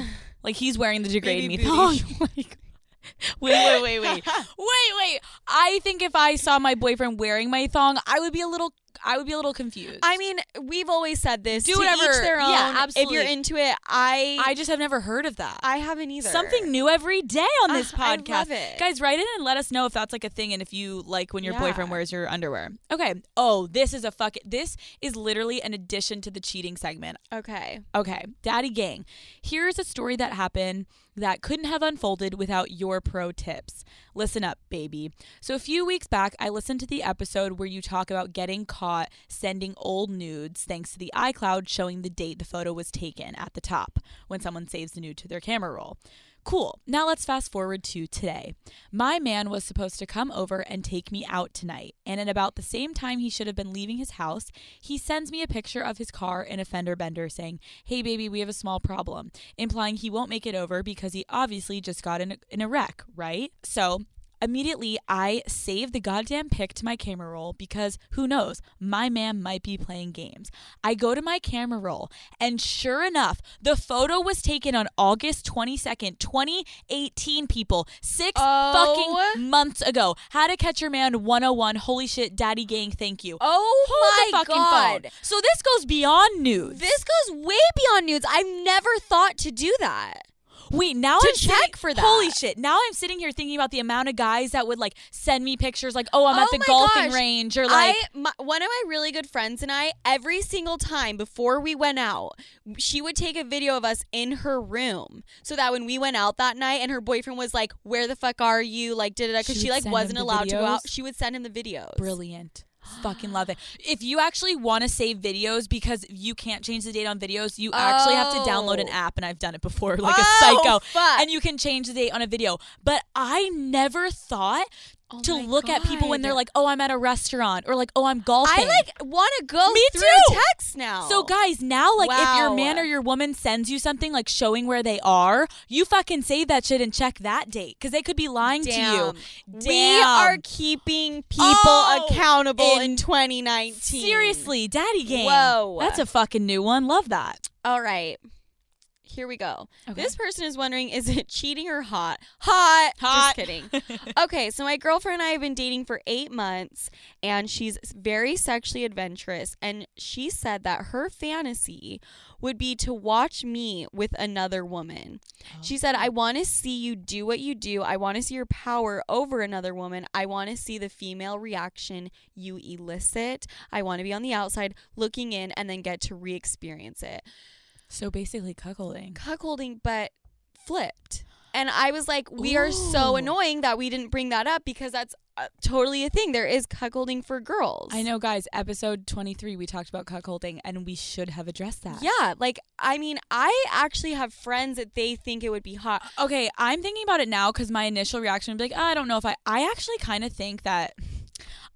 B: like he's wearing the degrade
C: Baby
B: me thong.
C: booty.
B: like, wait, wait, wait, wait. Wait, wait. I think if I saw my boyfriend wearing my thong, I would be a little I would be a little confused.
C: I mean, we've always said this.
B: Do
C: to
B: whatever-
C: Each their own.
B: yeah,
C: If you're
B: absolutely.
C: into it, I
B: I just have never heard of that.
C: I haven't either.
B: Something new every day on this
C: Ah, I
B: podcast.
C: love it.
B: Guys, write in and let us know if that's like a thing and if you like when your
C: Yeah.
B: boyfriend wears your underwear. Okay. Oh, this is a fuck this is literally an addition to the cheating segment.
C: Okay.
B: Okay, Daddy Gang. Here's a story that happened that couldn't have unfolded without your pro tips. Listen up, baby. So, a few weeks back, I listened to the episode where you talk about getting caught caught sending old nudes thanks to the iCloud showing the date the photo was taken at the top when someone saves the nude to their camera roll. Cool. Now let's fast forward to today. My man was supposed to come over and take me out tonight, and at about the same time he should have been leaving his house, he sends me a picture of his car in a fender bender saying, Hey baby, we have a small problem, implying he won't make it over because he obviously just got in a, in a wreck, right? So Immediately, I save the goddamn pic to my camera roll because who knows, my man might be playing games. I go to my camera roll, and sure enough, the photo was taken on August 22nd, 2018, people. Six
C: Oh.
B: fucking months ago. How to Catch Your Man 101. Holy shit, Daddy Gang, thank you.
C: Oh my
B: Hold the fucking
C: god.
B: phone. So this goes beyond news.
C: This goes way beyond nudes. I've never thought to do that.
B: Wait, now
C: To
B: I'm sitting-
C: check for that.
B: Holy shit! Now I'm sitting here thinking about the amount of guys that would like send me pictures, like, "Oh, I'm at
C: Oh
B: the
C: my
B: golfing
C: gosh.
B: range," or like,
C: I, my, one of my really good friends and I, every single time before we went out, she would take a video of us in her room, so that when we went out that night and her boyfriend was like, "Where the fuck are you?" Like, did it
B: She
C: because she
B: would
C: like
B: send him
C: wasn't
B: the
C: allowed to go out.
B: videos?
C: She would send him the videos.
B: "Brilliant, fucking love it." If you actually want to save videos because you can't change the date on videos, you actually have to download an
C: Oh.
B: app, and I've done it before, like
C: Oh,
B: a psycho,
C: fuck.
B: and you can change the date on a video. But I never thought
C: Oh
B: to
C: my
B: look at people when
C: God.
B: they're like, "Oh, I'm at a restaurant," or like, "Oh, I'm golfing."
C: I like want to go
B: Me
C: through
B: too.
C: text now.
B: So guys, now like if your
C: Wow.
B: man or your woman sends you something like showing where they are, you fucking save that shit and check that date because they could be lying
C: Damn.
B: to you.
C: we are
B: Damn.
C: keeping people
B: Oh,
C: accountable
B: in-
C: in 2019.
B: seriously daddy game.
C: Whoa.
B: that's a fucking new one. Love that.
C: All right. Here we go.
B: Okay.
C: This person is wondering is it cheating or hot? Hot.
B: Hot.
C: Just kidding. okay, so my girlfriend and I have been dating for eight months, and she's very sexually adventurous. And she said that her fantasy would be to watch me with another woman. She said, I want to see you do what you do. I want to see your power over another woman. I want to see the female reaction you elicit. I want to be on the outside looking in and then get to re experience it
B: So basically cuckolding.
C: cuckolding, but flipped. And I was like, we are so
B: Ooh.
C: annoying that we didn't bring that up because that's uh, totally a thing. There is cuckolding for girls.
B: I know, guys. Episode twenty-three, we talked about cuckolding, and we should have addressed that.
C: Yeah, like I mean, I actually have friends that they think it would be hot.
B: Okay, I'm thinking about it now because my initial reaction would be like, oh, I don't know if I. I actually kind of think that.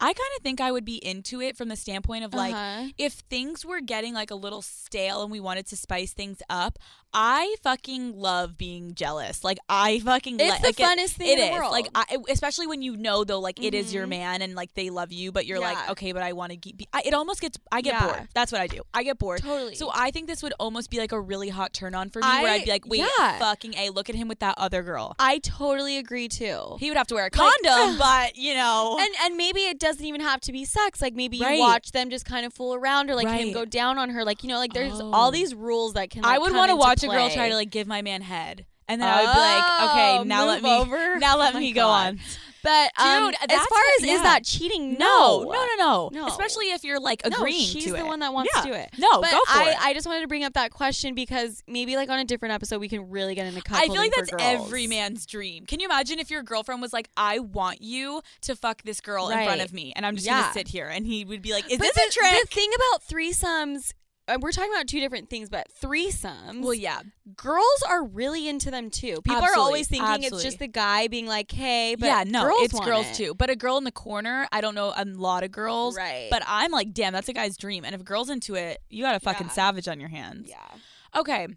B: I kind of think I would be into it from the standpoint of like,
C: Uh-huh.
B: if things were getting like a little stale and we wanted to spice things up, I fucking love being jealous. Like I fucking
C: It's
B: like,
C: the
B: like,
C: funnest thing
B: It
C: in the
B: is.
C: world. Mm-hmm.
B: like I, especially when you know though, like it is your man and like they love you, but you're like
C: Yeah.
B: okay, but I want to keep. I, it almost gets. I get
C: Yeah.
B: bored. That's what I do. I get bored.
C: Totally.
B: So I think this would almost be like a really hot turn on for me, where
C: I-
B: I'd be like, wait,
C: yeah.
B: fucking a, look at him with that other girl.
C: I totally agree too.
B: He would have to wear a
C: Like,
B: condom, but you know.
C: And and maybe it doesn't even have to be sex. Like maybe you
B: Right.
C: watch them just kind of fool around or like
B: Right.
C: him go down on her. Like you know, like there's
B: Oh.
C: all these rules that can. Like,
B: I would
C: want to
B: watch a girl
C: play.
B: try to like give my man head, and then I would be like,
C: Oh,
B: okay, now let
C: move
B: me
C: over?
B: now let
C: Oh my
B: me go
C: God.
B: on.
C: But um,
B: Dude,
C: as
B: that's
C: far
B: what-
C: as
B: yeah.
C: is that cheating?
B: No,
C: No,
B: no, no, no,
C: No.
B: Especially if you're like
C: No,
B: agreeing
C: she's
B: to it.
C: the one that wants
B: Yeah.
C: to do it.
B: No,
C: but
B: go for
C: I,
B: it.
C: I just wanted to bring up that question because maybe like on a different episode we can really get into cuckolding
B: I feel like
C: for
B: that's
C: girls.
B: every man's dream. Can you imagine if your girlfriend was like, "I want you to fuck this girl in front
C: Right.
B: of me," and I'm just
C: Yeah.
B: gonna sit here, and he would be like, "Is
C: But
B: this
C: the,
B: a trick?"
C: the thing about threesomes, uh, we're talking about two different things, but threesomes,
B: well, yeah,
C: girls are really into them too. People
B: Absolutely,
C: are always thinking
B: absolutely.
C: it's just the guy being like, "Hey," but
B: yeah, no,
C: girls
B: it's
C: want
B: girls
C: it.
B: too. But a girl in the corner, I don't know a lot of girls,
C: Right.
B: But I'm like, damn, that's a guy's dream. And if a girl's into it, you got a fucking
C: Yeah.
B: savage on your hands.
C: Yeah,
B: Okay.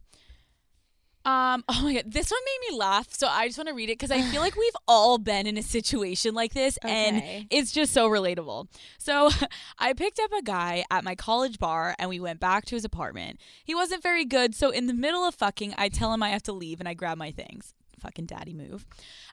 B: Um, oh my god, this one made me laugh, so I just want to read it because I feel like we've all been in a situation like this and
C: Okay.
B: it's just so relatable. So I picked up a guy at my college bar and we went back to his apartment. He wasn't very good, so in the middle of fucking, I tell him I have to leave and I grab my things. Fucking daddy move.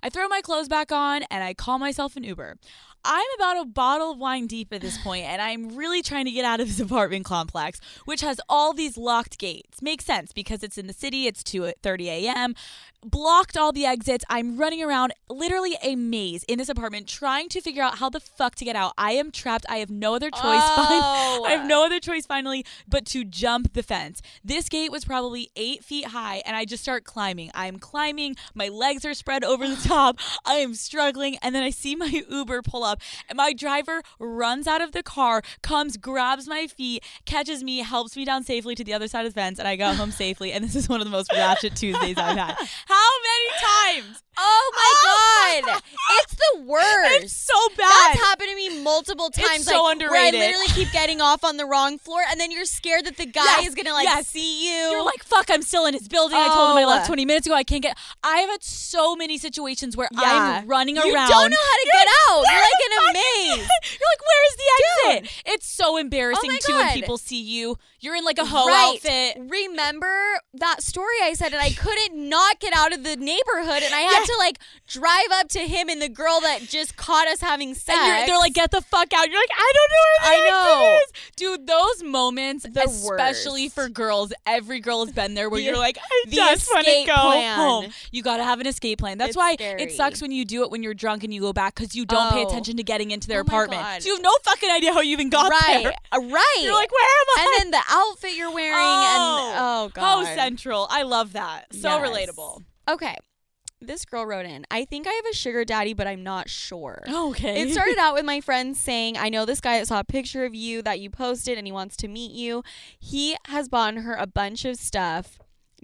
B: I throw my clothes back on and I call myself an Uber. I'm about a bottle of wine deep at this point, and I'm really trying to get out of this apartment complex, uh, which has all these locked gates. Makes sense because it's in the city, it's 2 30 a.m. blocked all the exits. I'm running around literally a maze in this apartment trying to figure out how the fuck to get out. I am trapped. I have no other choice.
C: Oh.
B: Fin- I have no other choice finally but to jump the fence. This gate was probably eight feet high, and I just start climbing. I'm climbing. My legs are spread over the top. I am struggling, and then I see my Uber pull up, and my driver runs out of the car, comes, grabs my feet, catches me, helps me down safely to the other side of the fence, and I go home safely. And this is one of the most ratchet Tuesdays I've had. How many times?
C: Oh my god, it's the worst.
B: It's so bad.
C: That's happened to me multiple times.
B: so
C: like, Where I
B: underrated.
C: literally keep getting off on the wrong floor, and then you're scared that the guy
B: Yes,
C: is gonna like
B: yes.
C: see you.
B: You're like, fuck, I'm still in his building. I told him I
C: Oh.
B: left 20 minutes ago. I can't get. I've had so many situations where
C: Yeah.
B: I'm running
C: you
B: around.
C: don't know how to get out. You're
B: where
C: like in
B: the
C: a maze.
B: You're like, where is the exit? It's so embarrassing
C: Oh my
B: too when
C: God.
B: people see you. You're in like a hoe outfit.
C: Remember that story I said, and I couldn't not get out of the neighborhood, and I had to like drive up to him and the girl that just caught us having sex.
B: And you're, they're like, get the fuck out. You're like, I don't know where the
C: I know.
B: exit is. Dude, those moments,
C: The
B: especially
C: worst.
B: for girls, every girl has been there where
C: The-
B: you're like, I
C: the
B: just want to
C: escape
B: go
C: plan.
B: home. You got to have an escape plan. That's
C: It's
B: why
C: scary.
B: it sucks when you do it when you're drunk and you go back because you don't pay
C: Oh.
B: attention to getting into their
C: Oh my
B: apartment.
C: God.
B: So you have no fucking idea how you even got
C: right,
B: there.
C: uh, right.
B: You're like, where am I?
C: and then the outfit you're wearing,
B: Oh.
C: and oh god,
B: Hoe central. I love that. So
C: Yes.
B: relatable.
C: Okay. This girl wrote in, I think I have a sugar daddy, but I'm not sure.
B: Okay.
C: It started out with my friend saying, I know this guy that saw a picture of you that you posted and he wants to meet you. He has bought her a bunch of stuff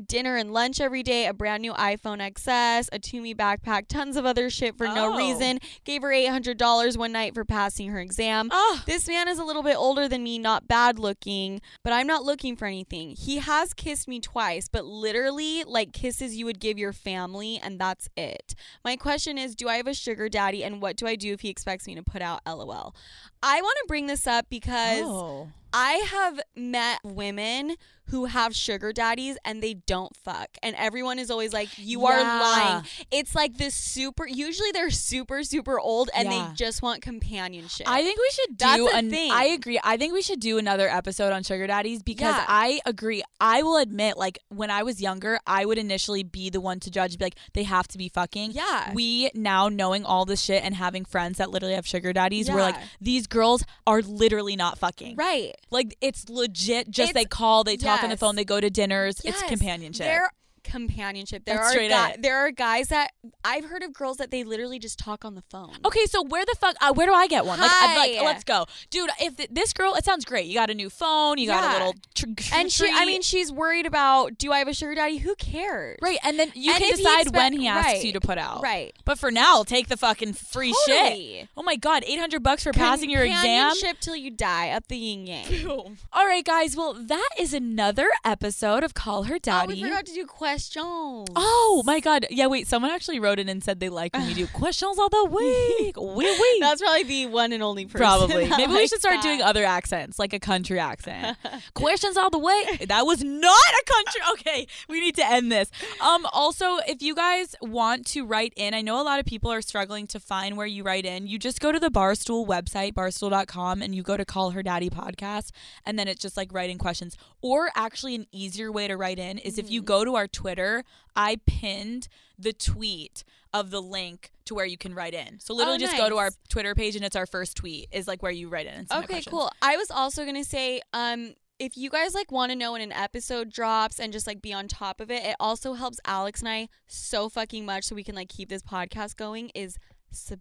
C: dinner and lunch every day, a brand new iPhone XS, a Toomey backpack, tons of other shit for
B: Oh.
C: no reason. Gave her $800 one night for passing her exam.
B: Oh,
C: This man is a little bit older than me, not bad looking, but I'm not looking for anything. He has kissed me twice, but literally like kisses you would give your family, and that's it. My question is do I have a sugar daddy, and what do I do if he expects me to put out lol? I want to bring this up because
B: Oh.
C: I have met women who have sugar daddies and they don't fuck. And everyone is always like, you
B: Yeah.
C: are lying. It's like this super, usually they're super, super old and
B: Yeah.
C: they just want companionship.
B: I think we should do
C: That's a
B: an-
C: thing.
B: I agree. I think we should do another episode on sugar daddies because
C: Yeah.
B: I agree. I will admit, like when I was younger, I would initially be the one to judge, be like, they have to be fucking.
C: Yeah.
B: We now knowing all this shit and having friends that literally have sugar daddies, we're like,
C: Yeah.
B: these girls are literally not fucking.
C: Right.
B: Like it's legit. Just
C: It's-
B: they call, they talk on the
C: yes.
B: phone, they go to dinners. It's
C: Yes.
B: companionship.
C: There companionship. There
B: That's
C: are
B: straight
C: guy-
B: it.
C: there are guys that I've heard of girls that they literally just talk on the phone.
B: Okay, so where the fuck? Uh, where do I get one? Like, I'm like,
C: Hi.
B: let's go, dude. If th- this girl, it sounds great. You got a new phone. You got a
C: Yeah.
B: little. Tr- tr-
C: And she I
B: treat.
C: mean she's worried about do I have a sugar daddy? Who cares?
B: right? And then you
C: And
B: can
C: if he
B: decide
C: expect-
B: when he asks
C: right,
B: you to put out.
C: Right.
B: But for now, take the fucking free shit.
C: Totally.
B: Oh my god, eight hundred bucks for passing your exam.
C: Companionship till you die up the yin yang.
B: All right, guys. Well, that is another episode of Call Her
C: Oh,
B: Daddy.
C: we forgot to do questions.
B: Oh, my god. Yeah, wait. Someone actually wrote in and said they like when we do questions all the week. Wee wee.
C: That's probably the one and only person.
B: Probably.
C: that
B: Maybe we
C: likes
B: should start
C: that.
B: doing other accents, like a country accent. Questions all the way. That was not a country. Okay, we need to end this. Um. Also, if you guys want to write in, I know a lot of people are struggling to find where you write in. You just go to the Barstool website, barstool.com, and you go to Call Her Daddy podcast, and then it's just like writing questions. Or actually, an easier way to write in is if you go to our Twitter. I pinned the tweet of the link to where you can write in. So literally,
C: Oh,
B: just go to our
C: nice.
B: Twitter page and it's our first tweet is like where you write in. and submit
C: Okay,
B: questions.
C: cool. I was also gonna say, um, if you guys like want to know when an episode drops and just like be on top of it, it also helps Alex and I so fucking much, so we can like keep this podcast going. Is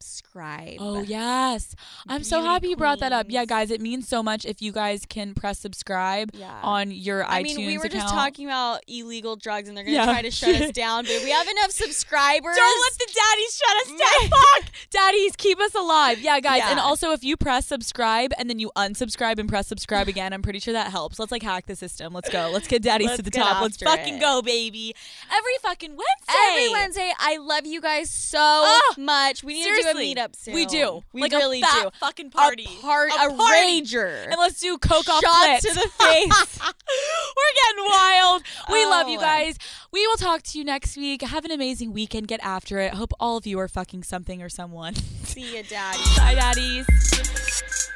C: subscribe.
B: Oh yes, I'm so
C: Beauty
B: happy you brought that up.
C: queens.
B: Yeah, guys, it means so much if you guys can press subscribe
C: Yeah.
B: on your
C: I
B: iTunes
C: mean, we were
B: account.
C: just talking about illegal drugs, and they're gonna
B: Yeah.
C: try to shut us down. But we have enough subscribers.
B: Don't let the daddies shut us down. Fuck! Daddies, keep us alive. Yeah, guys. And
C: Yeah.
B: also, if you press subscribe and then you unsubscribe and press subscribe again, I'm pretty sure that helps. Let's like hack the system. Let's go. Let's get daddies
C: Let's
B: to the
C: get
B: top. Let's
C: after
B: fucking
C: it.
B: go, baby. Every fucking Wednesday.
C: Every Wednesday, I love you guys so
B: Ah,
C: much. We need to
B: Seriously.
C: do a meetup soon.
B: We do.
C: We
B: like
C: really
B: a fat
C: do.
B: Fucking party.
C: A, part, a, rager.
B: And let's do coke off
C: Shot
B: clips.
C: to the face.
B: We're getting wild. We love you
C: Oh.
B: guys. We will talk to you next week. Have an amazing weekend. Get after it. Hope all of you are fucking something or someone.
C: See you, Daddy.
B: Bye, daddies.